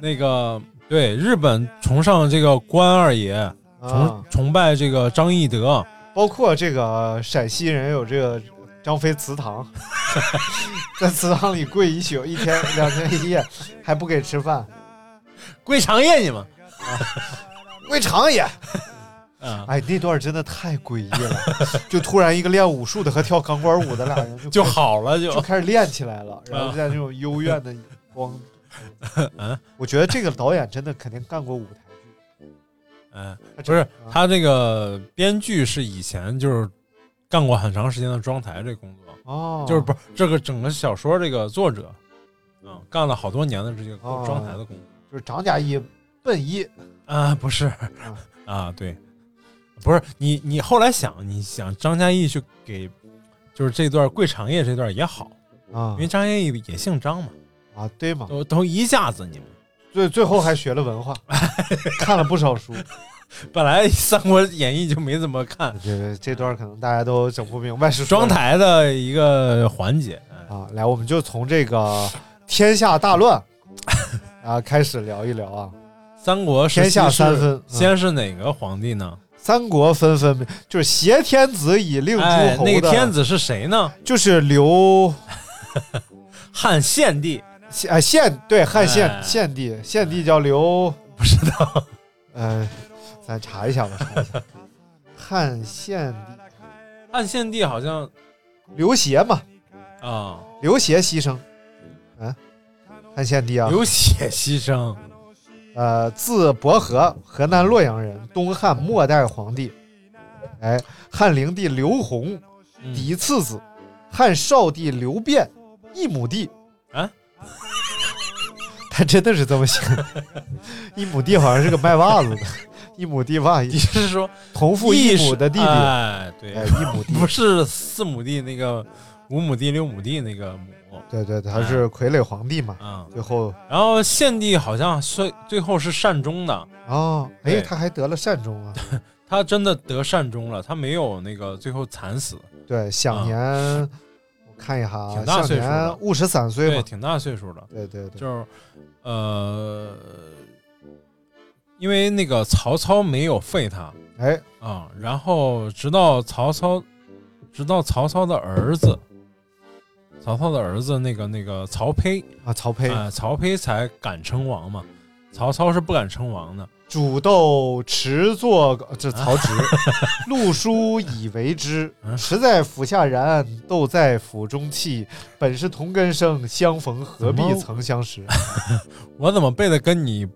C: 那个对日本崇尚这个关二爷，
B: 啊
C: 崇，崇拜这个张翼德，
B: 包括这个陕西人有这个张飞祠堂， (laughs) 在祠堂里跪一宿，一天两天一夜，还不给吃饭，
C: 跪长夜你们，
B: 跪长夜。
C: 嗯，
B: 哎，那段真的太诡异了，就突然一个练武术的和跳钢管舞的俩人就
C: 就好了
B: 就
C: 就，
B: 开始练起来了，然后在那种幽怨的光。
C: (laughs) 嗯，
B: 我觉得这个导演真的肯定干过舞台剧，
C: 嗯。
B: 他
C: 不是
B: 真的啊
C: 他这个编剧是以前就是干过很长时间的妆台这工作，
B: 哦，
C: 就是不是这个整个小说这个作者，嗯，干了好多年的这个
B: 哦
C: 妆台的工作
B: 就是张嘉译奔一
C: 啊，不是
B: 嗯
C: 啊，对，不是你你后来想，你想张嘉译去给就是这段桂长夜这段也好，
B: 啊
C: 因为张嘉译也姓张嘛，
B: 啊，对嘛，
C: 都都一下子你们
B: 最最后还学了文
C: (laughs)
B: 化，看了不少书。
C: 本来《 (laughs) 三国演义》就没怎么看，
B: 这这段可能大家都整不明白是说
C: 妆台的一个环节，嗯
B: 啊。来，我们就从这个天下大
C: (laughs)
B: 乱啊开始聊一聊啊。
C: 三国时期
B: 天下
C: 是
B: 三分嗯
C: 先是哪个皇帝呢？
B: 三国纷纷灭就是挟天子以令诸
C: 哎，
B: 侯的，
C: 那个天子是谁呢？
B: 就是刘
C: 汉献帝，
B: 啊献对汉献
C: 哎
B: 献帝，献帝叫刘，
C: (laughs) 不知道。
B: 呃，咱查一下吧，查一下汉献帝
C: 汉献帝好像
B: 刘协嘛，
C: 啊，
B: 刘协牺牲，啊，汉献帝啊，嗯
C: 流血牺牲。
B: 呃，字伯和，河南洛阳人，东汉末代皇帝。哎，汉灵帝刘宏
C: 嗯
B: 嫡次子，汉少帝刘辩一亩地。
C: 啊，
B: (laughs) 他真的是这么写的。 (laughs) 一亩地好像是个卖袜子的， (laughs) 一亩地袜，
C: 你是说
B: 同父
C: 义
B: 异
C: 是
B: 母的弟弟，哎，
C: 哎，对，
B: 一亩地。
C: 不是四亩地那个五亩地六亩地那个亩
B: 对对，他是傀儡皇帝嘛。
C: 啊。
B: 最后
C: 然后献帝好像最最后是善终的，
B: 哦，哎，
C: 对
B: 他还得了善终啊。
C: 他真的得善终了，他没有那个最后惨死，
B: 对，享
C: 啊
B: 年、我看一下啊，
C: 挺大
B: 享
C: 岁数的
B: 年五十三岁
C: 对，
B: 嘛。
C: 挺大岁数的。
B: 对对对，
C: 就是呃，因为那个曹操没有废他
B: 哎，
C: 啊，然后直到曹操，直到曹操的儿子，曹操的儿子那个那个曹丕
B: 啊，曹
C: 啊、
B: 丕、
C: 曹丕才敢称王嘛。曹操是不敢称王的，
B: 煮豆持作羹，这
C: 啊
B: 曹
C: (laughs)
B: 植，陆书以为之，
C: 嗯
B: 实在釜下燃，豆在釜中泣。本是同根生，相逢何必
C: 怎么
B: 曾相识。
C: 我怎么背的跟你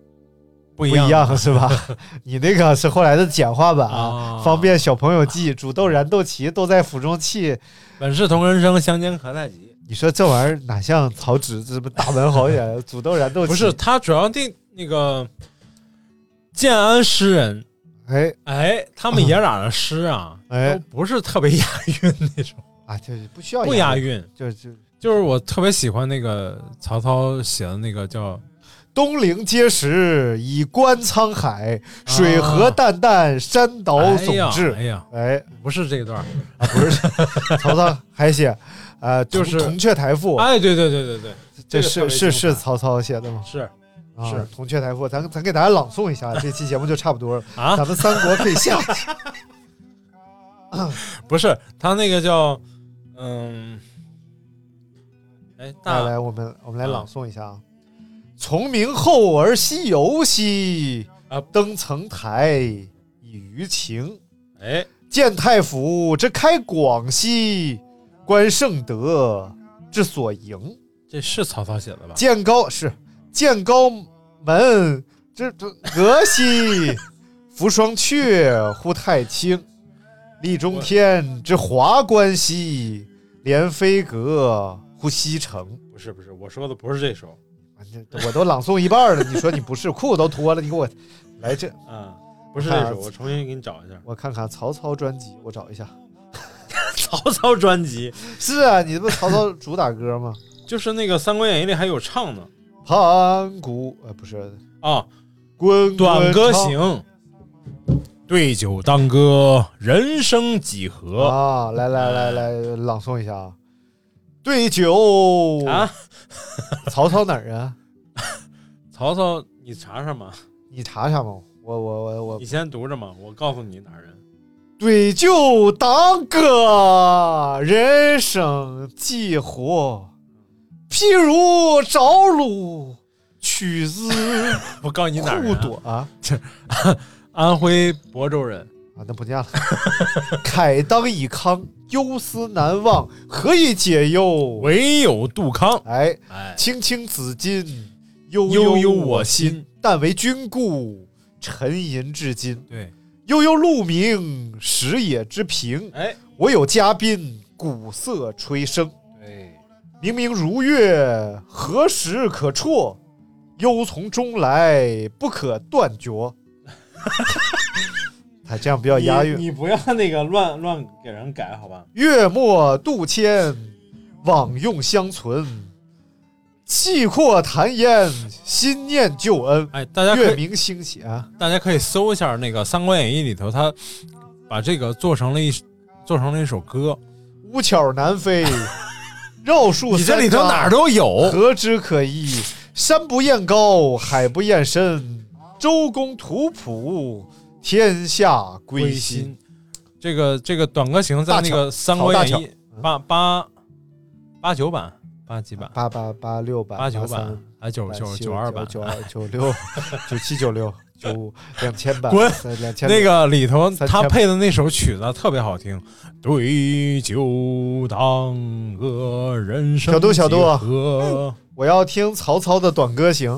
C: 不一
B: 不
C: 样
B: 一样是吧？ (laughs) 你那个是后来的简化版啊，
C: 啊
B: 方便小朋友记。煮豆燃豆萁，豆在釜中泣。
C: 本是同根生，相煎何太急。
B: 你说这玩意儿哪像曹植这么大文豪写？煮豆燃豆萁
C: 不是，？他主要定那个建安诗人，
B: 哎
C: 哎，他们爷俩的诗啊，
B: 哎
C: 都不是特别押韵那种，
B: 啊，就是不需要
C: 不押，韵。
B: 就就
C: 就是我特别喜欢那个曹操写的那个叫
B: 东临碣石，以观沧海，水何澹澹，山岛竦峙
C: 啊哎呀。哎呀，
B: 哎，
C: 不是这一段儿，
B: 啊，不是，曹操还写，呃，
C: (laughs) 就
B: 铜
C: 是
B: 铜雀台赋，
C: 哎，对对对对对，
B: 这
C: 这个特
B: 是
C: 别
B: 是
C: 精
B: 是
C: 彩
B: 曹操写的吗？
C: 是
B: 啊
C: 是
B: 铜雀台赋，咱咱给大家朗诵
C: (laughs)
B: 一下，这期节目就差不多了，
C: 啊，
B: 咱们三国可以
C: (laughs)
B: 下去。
C: 不是他那个叫嗯，哎，
B: 来
C: 大
B: 来，我们我们来朗诵一下啊。从明后而西游兮，
C: 啊
B: 登层台以娱情。
C: 哎，
B: 见太府之开广兮，观圣德之所盈。
C: 这是曹操写的吧？
B: 见高是见高门之之阁兮，扶双阙乎太清；立中天之华冠兮，连飞阁乎西城。
C: 不是不是，我说的不是这首，
B: 啊这我都朗诵一半了，你说你不是裤子都脱了，你给我来这，
C: 嗯，不是
B: 我
C: 这
B: 看
C: 首，我重新给你找一下
B: 我看看曹操专辑，我找一下。
C: 曹操专辑，
B: 是啊，你这不曹操主打歌吗？
C: 就是那个《三国演义》里还有唱呢
B: 盘古呃不是
C: 啊，
B: 滚滚
C: 《短歌
B: 长
C: 行》。对酒当歌，人生几何
B: 啊，来来来来，朗诵一下啊！对酒
C: 啊？
B: 曹操哪儿啊？
C: 曹操，你查
B: (laughs)
C: 查嘛，
B: 你查查嘛，我我我我
C: 你，先读着嘛，我告诉你哪儿人。 (laughs)
B: 对酒当歌，人生几何？譬如朝露，取之
C: 我告诉你哪儿
B: 酷
C: 人、
B: 朵啊
C: 安徽亳州人。
B: 啊，那不念了。 (laughs) 慨当以慷，忧思难忘，何以解忧？
C: 唯有杜康。
B: 哎，
C: 哎，
B: 青青子衿，悠
C: 悠
B: 悠
C: 悠
B: 我
C: 我
B: 心
C: 心。
B: 但为君故，沉吟至今。
C: 对，
B: 悠悠鹿鸣，食野之苹。
C: 哎，
B: 我有嘉宾，鼓瑟吹笙。
C: 对，
B: 明明如月，何时可辍？忧从中来，不可断绝。 (laughs) 他这样比较押韵。
C: 你不要那个乱乱给人改，好吧？
B: 月末杜迁，往用相存。气阔谈烟，心念旧恩。
C: 哎，大家可
B: 月
C: 以
B: 明星稀啊！
C: 大家可以搜一下那个《三国演义》里头，他把这个做成了一做成了一首歌。
B: 乌巧南飞，
C: (laughs)
B: 绕树
C: 你这
B: 三
C: 里头
B: 匝
C: 哪儿都有。
B: 何之可依？山不厌高，海不厌深。周公吐哺，天下归心。，
C: 这个这个《短歌行》在那个《三国演
B: 曹
C: 义
B: 大》
C: 八八八九版八几版
B: 八八八六版
C: 八九
B: 三哎
C: 版还九九九二版
B: 九二九六 (laughs) 九七九六九五两千版
C: 滚
B: 两千
C: 那个里头
B: 三千
C: 他配的那首曲子特别好听，对酒当歌，人生
B: 小度小度啊
C: 几何
B: 我要听曹操的《短歌行》。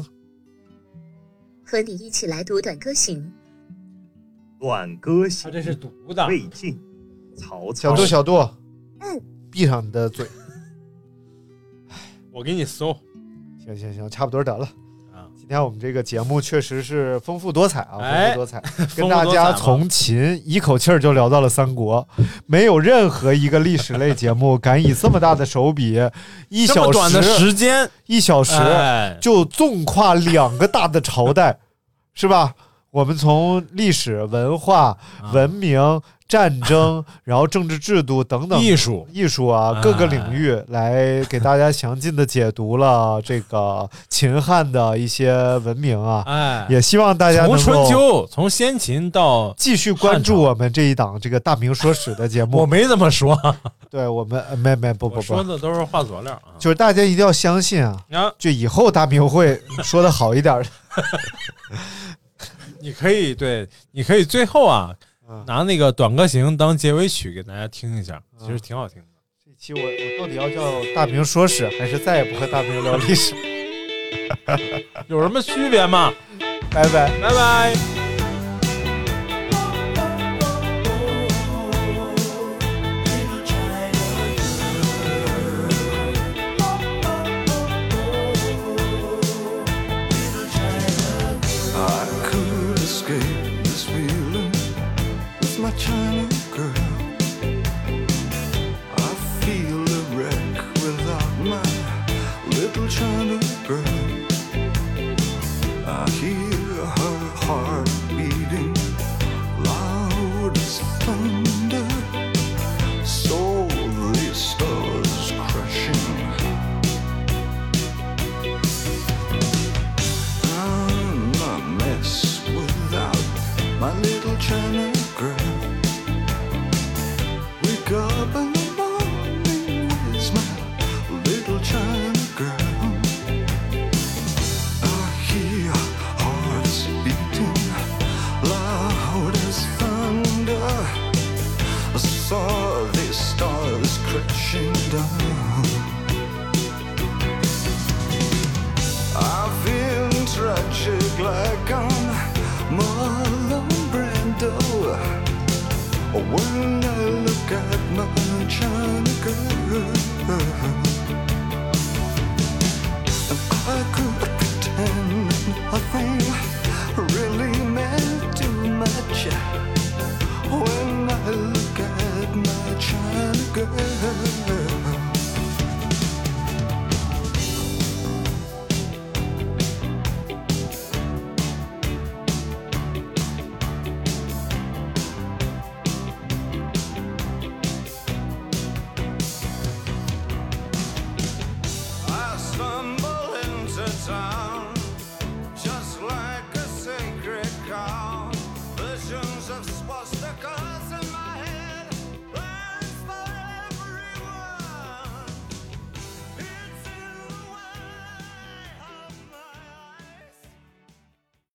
D: 和你一起来读《短歌行》。
G: 短歌行
C: 他啊这是读的，
G: 魏晋，曹
B: 小
G: 操
C: 哦
B: 度，小度，
D: 嗯
B: 闭上你的嘴。
C: 我给你搜
B: 行行行，差不多得了。
C: 啊，
B: 今天我们这个节目确实是丰富多彩啊，丰
C: 哎
B: 富多
C: (laughs)
B: 彩，
C: 丰
B: 跟
C: 富
B: 大
C: 多
B: 家
C: 彩嘛
B: 从秦一口气儿就聊到了三国，没有任何一个历史类节目敢以这么大的手笔，一
C: 这
B: 小
C: 么短的
B: 时
C: 时间，
B: 一小时
C: 哎
B: 就纵跨两个大的朝代，是吧？我们从历史、文化、
C: 啊
B: 文明、战争，然后政治制度等等
C: 艺术
B: 艺术啊
C: 哎
B: 各个领域来给大家详尽的解读
C: (laughs)
B: 了这个秦汉的一些文明啊，
C: 哎，
B: 也希望大家能
C: 从春
B: 够
C: 秋从先秦到
B: 继续关注我们这一档这个大明说史的节
C: 我
B: 目。
C: 没这么说，
B: 对我们呃没没不不
C: 我说
B: 不，
C: 的都是话佐料啊。
B: 就是大家一定要相信啊，
C: 啊，
B: 就以后大明会说的好一点儿。
C: 你可以对，你可以最后啊
B: 嗯，
C: 拿那个《短歌行》当结尾曲给大家听一下，
B: 嗯
C: 其实挺好听的。
B: 这期我我到底要叫大明说史，还是再也不和大明聊历史？
C: 有什么区别吗？
B: 拜拜。
C: 拜拜。
H: I could escape this feeling with my China girl. I feel a wreck without my little China girl. I hear her heart beating loud as thunder. So the stars crashing. I'm a mess without my little China girl. Wake up in the morning with my little China girl. I hear hearts beating loud as thunder. I saw the stars crashing down. I've been tragic like I'm Marlon Brando. When